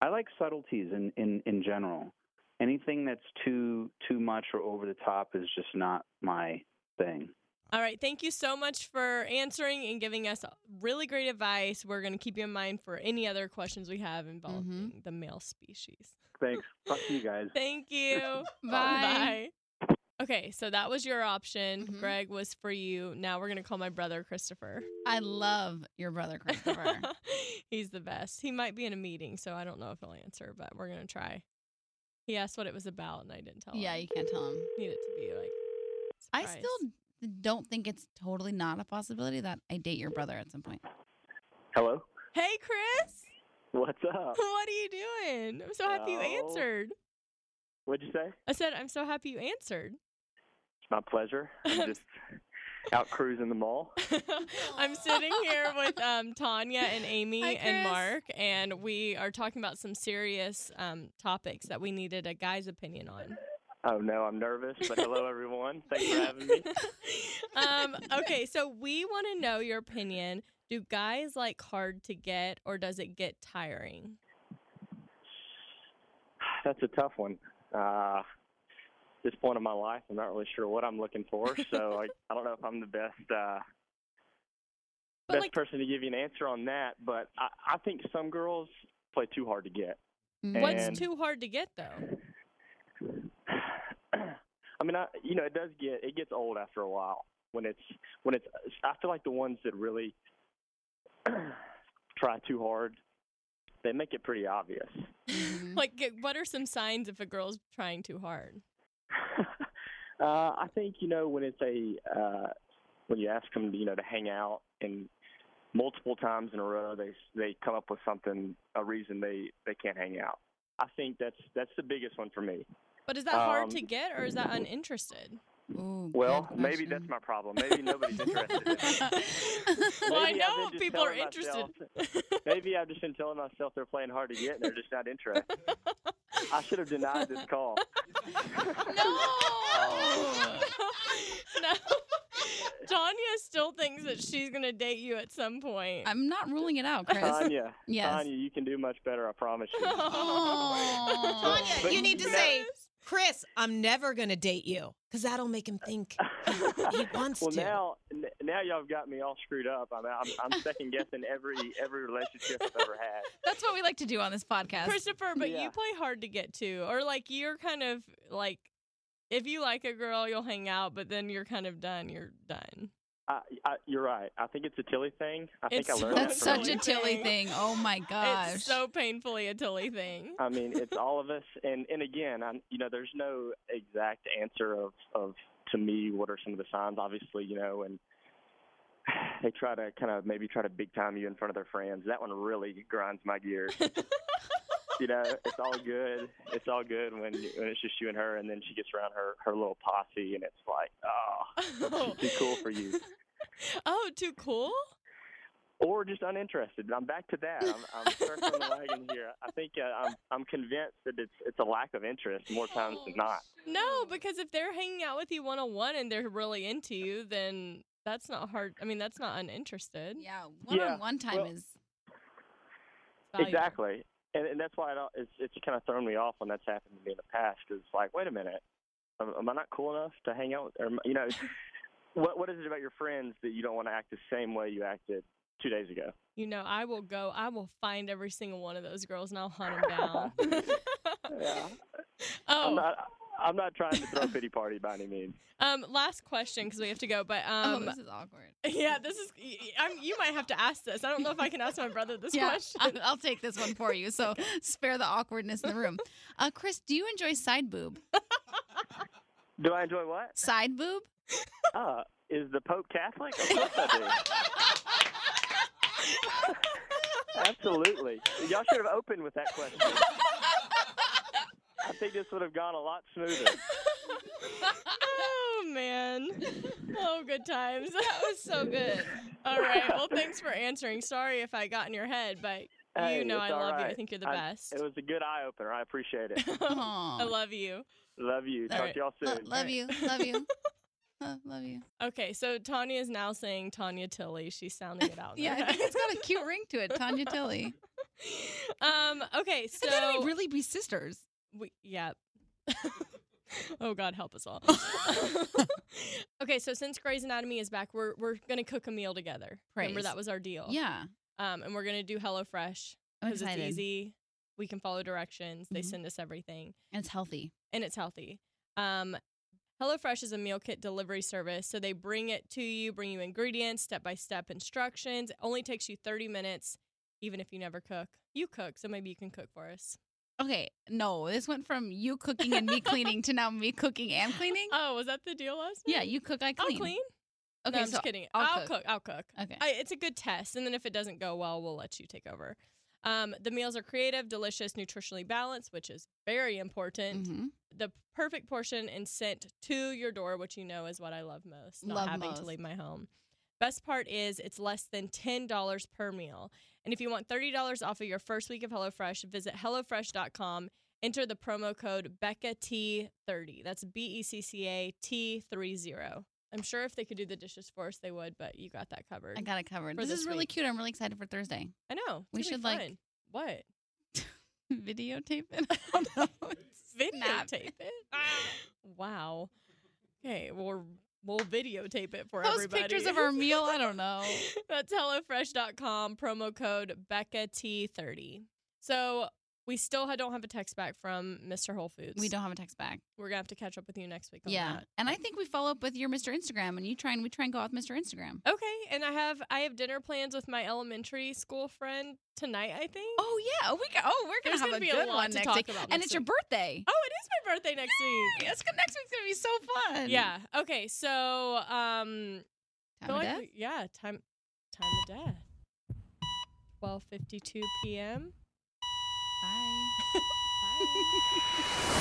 [SPEAKER 6] i like subtleties in in in general anything that's too too much or over the top is just not my thing
[SPEAKER 2] All right. Thank you so much for answering and giving us really great advice. We're going to keep you in mind for any other questions we have involving the male species.
[SPEAKER 6] thanks fuck you guys
[SPEAKER 2] Thank you.
[SPEAKER 3] Bye.
[SPEAKER 2] Bye. Okay, so that was your option.
[SPEAKER 3] Mhm.
[SPEAKER 2] Greg was for you. Now we're going to call my brother Christopher.
[SPEAKER 3] I love your brother Christopher.
[SPEAKER 2] He's the best. He might be in a meeting, so I don't know if he'll answer, but we're going to try. He asked what it was about, and I didn't tell
[SPEAKER 3] yeah,
[SPEAKER 2] him.
[SPEAKER 3] you can't tell him.
[SPEAKER 2] Yeah. Need it to be like.
[SPEAKER 3] I
[SPEAKER 2] surprise.
[SPEAKER 3] still don't think it's totally not a possibility that I date your brother at some point.
[SPEAKER 6] hello
[SPEAKER 2] Hey, Chris.
[SPEAKER 6] what's up
[SPEAKER 2] What are you doing? I'm so happy you
[SPEAKER 6] Oh.
[SPEAKER 2] answered.
[SPEAKER 6] what'd you say
[SPEAKER 2] I said, I'm so happy you answered.
[SPEAKER 6] it's my pleasure i'm just out cruising the mall
[SPEAKER 2] I'm sitting here with um, Tanya and Amy
[SPEAKER 3] Hi,
[SPEAKER 2] and
[SPEAKER 3] Chris.
[SPEAKER 2] Mark, and we are talking about some serious um, topics that we needed a guy's opinion on.
[SPEAKER 7] Oh no, I'm nervous, but hello everyone. Thanks for having me.
[SPEAKER 2] um, okay, so we want to know your opinion. Do guys like hard to get, or does it get tiring?
[SPEAKER 7] That's a tough one. Uh at this point in my life, I'm not really sure what I'm looking for, so I, I don't know if I'm the best uh
[SPEAKER 2] But
[SPEAKER 7] best
[SPEAKER 2] like,
[SPEAKER 7] person to give you an answer on that, but I, I think some girls play too hard to get.
[SPEAKER 2] what's
[SPEAKER 7] and-
[SPEAKER 2] too hard to get though?
[SPEAKER 7] I mean, I you know, it does get it gets old after a while when it's when it's. I feel like the ones that really try too hard, they make it pretty obvious. Mm-hmm.
[SPEAKER 3] Mhm.
[SPEAKER 2] Like, get, what are some signs if a girl's trying too hard?
[SPEAKER 7] uh, I think you know when it's a uh, when you ask them you know to hang out and multiple times in a row they they come up with something a reason they they can't hang out. I think that's that's the biggest one for me.
[SPEAKER 2] But is that hard
[SPEAKER 7] Um,
[SPEAKER 2] to get or is that uninterested?
[SPEAKER 3] Ooh,
[SPEAKER 7] Well,
[SPEAKER 3] good
[SPEAKER 7] maybe that's
[SPEAKER 3] question.
[SPEAKER 7] my problem. Maybe nobody's interested. in it.
[SPEAKER 2] well, I
[SPEAKER 7] Maybe I've
[SPEAKER 2] know
[SPEAKER 7] been just
[SPEAKER 2] people are
[SPEAKER 7] telling
[SPEAKER 2] interested.
[SPEAKER 7] Maybe I've just been telling myself they're playing hard to get and they're just not interested. I should have denied this call.
[SPEAKER 3] no.
[SPEAKER 2] no. Tanya still thinks that she's going to date you at some point.
[SPEAKER 3] I'm not ruling it out, Chris.
[SPEAKER 7] Tanya,
[SPEAKER 3] Yes.
[SPEAKER 7] Tanya, you can do much better. I promise you.
[SPEAKER 3] Oh.
[SPEAKER 4] Tanya,
[SPEAKER 7] But
[SPEAKER 4] you need to
[SPEAKER 7] no.
[SPEAKER 4] say, Chris, I'm never going to date you because that'll make him think he wants
[SPEAKER 7] well,
[SPEAKER 4] to.
[SPEAKER 7] now n- now y'all have got me all screwed up. I'm I'm, I'm second guessing every every relationship I've ever had.
[SPEAKER 3] That's what we like to do on this podcast.
[SPEAKER 2] Christopher, but
[SPEAKER 7] Yeah.
[SPEAKER 2] you play hard to get to, or like you're kind of like, if you like a girl, you'll hang out, but then you're kind of done. You're done.
[SPEAKER 7] I, I, you're right. I think it's a Tilly thing. I think I
[SPEAKER 2] It's
[SPEAKER 7] learned
[SPEAKER 3] That's
[SPEAKER 7] that from
[SPEAKER 3] such a
[SPEAKER 7] you.
[SPEAKER 3] Tilly thing. Oh my gosh.
[SPEAKER 2] It's so painfully a Tilly thing.
[SPEAKER 7] I mean, it's all of us. And and again, I'm you know, there's no exact answer of of to me what are some of the signs. Obviously, you know, and they try to kind of maybe try to big time you in front of their friends. That one really grinds my gears. you know, it's all good. It's all good when when it's just you and her, and then she gets around her her little posse, and it's like, oh,
[SPEAKER 2] oh.
[SPEAKER 7] too cool for you,
[SPEAKER 2] Oh, too cool?
[SPEAKER 7] or just uninterested. I'm back to that. I'm, I'm circling the wagon here. I think uh, I'm I'm convinced that it's it's a lack of interest more times than not.
[SPEAKER 2] Oh, No, because if they're hanging out with you one on one and they're really into you, then that's not hard. I mean, that's not uninterested.
[SPEAKER 3] yeah, one on one time
[SPEAKER 7] well-
[SPEAKER 3] is
[SPEAKER 2] Value.
[SPEAKER 7] Exactly. And, and that's why it, all- it's, it's kind of thrown me off when that's happened to me in the past. 'cause it's like, wait a minute, am, am I not cool enough to hang out with? Or, am- you know, what what is it about your friends that you don't want to act the same way you acted two days ago?
[SPEAKER 2] You know, I will go. I will find every single one of those girls and I'll hunt them down.
[SPEAKER 7] Yeah. I'm
[SPEAKER 2] oh,
[SPEAKER 7] not. I'm not trying to throw a pity party by any means.
[SPEAKER 2] um, last question because we have to go. But
[SPEAKER 3] oh,
[SPEAKER 2] um,
[SPEAKER 3] this is awkward.
[SPEAKER 2] yeah, this is. y- y- I'm, you might have to ask this. I don't know if I can ask my brother this
[SPEAKER 3] Yeah, I,
[SPEAKER 2] question.
[SPEAKER 3] I'll take this one for you. So spare the awkwardness in the room. Uh, Chris, do you enjoy side boob?
[SPEAKER 7] Do I enjoy what?
[SPEAKER 3] Side boob?
[SPEAKER 7] Uh, is the Pope Catholic? Of course I do. Absolutely. Y'all should have opened with that question. I think this would have gone a lot smoother.
[SPEAKER 2] Oh man. Oh, good times. That was so good. All right. Well, thanks for answering. Sorry if I got in your head, but
[SPEAKER 7] Hey,
[SPEAKER 2] you know
[SPEAKER 7] Uh, it's
[SPEAKER 2] I
[SPEAKER 7] all
[SPEAKER 2] love you. I
[SPEAKER 7] right.
[SPEAKER 2] think you're the
[SPEAKER 7] I-
[SPEAKER 2] best.
[SPEAKER 7] It was a good eye opener. I appreciate it.
[SPEAKER 2] I love you.
[SPEAKER 7] Love you. Talk
[SPEAKER 2] right.
[SPEAKER 7] to y'all
[SPEAKER 3] Lo-
[SPEAKER 7] soon.
[SPEAKER 3] love
[SPEAKER 2] right.
[SPEAKER 3] you. Love you. Uh, love you.
[SPEAKER 2] Okay, so Tanya is now saying Tanya Tilly. She's sounding it out. in
[SPEAKER 3] Yeah,
[SPEAKER 2] her
[SPEAKER 3] I think
[SPEAKER 2] head.
[SPEAKER 3] it's got a cute ring to it, Tanya Tilly.
[SPEAKER 2] um. Okay, so
[SPEAKER 3] and then we really be sisters.
[SPEAKER 2] we, yeah. oh God, help us all. okay, so since Grey's Anatomy is back, we're we're gonna cook a meal together. Remember
[SPEAKER 3] Praise.
[SPEAKER 2] that was our deal.
[SPEAKER 3] Yeah.
[SPEAKER 2] Um, and we're gonna do HelloFresh
[SPEAKER 3] I'm
[SPEAKER 2] because it's
[SPEAKER 3] excited.
[SPEAKER 2] easy. We can follow directions. They
[SPEAKER 3] Mhm.
[SPEAKER 2] send us everything,
[SPEAKER 3] And it's healthy.
[SPEAKER 2] and it's healthy. Um, HelloFresh is a meal kit delivery service, so they bring it to you, bring you ingredients, step by step instructions. It only takes you thirty minutes, even if you never cook. You cook, so maybe you can cook for us.
[SPEAKER 3] Okay, no, this went from you cooking and me cleaning to now me cooking and cleaning.
[SPEAKER 2] Oh, was that the deal last night?
[SPEAKER 3] Yeah, you cook, I
[SPEAKER 2] I'll
[SPEAKER 3] clean.
[SPEAKER 2] clean.
[SPEAKER 3] Okay,
[SPEAKER 2] no, I'm
[SPEAKER 3] so
[SPEAKER 2] just kidding.
[SPEAKER 3] I'll
[SPEAKER 2] I'll,
[SPEAKER 3] cook.
[SPEAKER 2] cook. I'll cook.
[SPEAKER 3] okay,
[SPEAKER 2] I, it's a good test, and then if it doesn't go well, we'll let you take over. Um, the meals are creative, delicious, nutritionally balanced, which is very important.
[SPEAKER 3] Mhm.
[SPEAKER 2] The perfect portion and sent to your door, which you know is what I love most. Not
[SPEAKER 3] Love
[SPEAKER 2] having
[SPEAKER 3] most.
[SPEAKER 2] to leave my home. Best part is it's less than ten dollars per meal, and if you want thirty dollars off of your first week of HelloFresh, visit hellofresh.com. Enter the promo code Becca T thirty. That's B E C C A T three zero. I'm sure if they could do the dishes for us, they would, but you got that covered.
[SPEAKER 3] I got it covered.
[SPEAKER 2] For
[SPEAKER 3] This, is
[SPEAKER 2] this
[SPEAKER 3] really
[SPEAKER 2] week.
[SPEAKER 3] cute. I'm really excited for Thursday.
[SPEAKER 2] I know.
[SPEAKER 3] We
[SPEAKER 2] It's gonna be
[SPEAKER 3] should, like-
[SPEAKER 2] fun. what
[SPEAKER 3] Videotape it. I don't know. Snap.
[SPEAKER 2] videotape it. wow. Okay, well, we're we'll videotape it for
[SPEAKER 3] Post
[SPEAKER 2] everybody.
[SPEAKER 3] pictures of our meal. I don't know.
[SPEAKER 2] That's HelloFresh.com, promo code Becca T30. So we still ha- don't have a text back from Mr. Whole Foods.
[SPEAKER 3] We don't have a text back.
[SPEAKER 2] We're gonna have to catch up with you next week. On
[SPEAKER 3] yeah,
[SPEAKER 2] that.
[SPEAKER 3] and I think we follow up with your Mr. Instagram, and you try and we try and go out with Mr. Instagram.
[SPEAKER 2] Okay, and I have I have dinner plans with my elementary school friend tonight. I think.
[SPEAKER 3] Oh yeah, we got, oh we're gonna
[SPEAKER 2] There's
[SPEAKER 3] have
[SPEAKER 2] gonna
[SPEAKER 3] a
[SPEAKER 2] be
[SPEAKER 3] good
[SPEAKER 2] a lot
[SPEAKER 3] one
[SPEAKER 2] to
[SPEAKER 3] next
[SPEAKER 2] talk
[SPEAKER 3] week,
[SPEAKER 2] about.
[SPEAKER 3] and
[SPEAKER 2] next
[SPEAKER 3] it's your
[SPEAKER 2] week.
[SPEAKER 3] birthday.
[SPEAKER 2] Oh, it is my birthday next week.
[SPEAKER 3] Yes, next week's gonna be so fun.
[SPEAKER 2] Yeah. Okay. So, um,
[SPEAKER 3] Time
[SPEAKER 2] feel
[SPEAKER 3] of
[SPEAKER 2] like
[SPEAKER 3] death?
[SPEAKER 2] we- yeah, time, time of death. Twelve fifty-two p.m.
[SPEAKER 3] Bye.
[SPEAKER 2] Bye.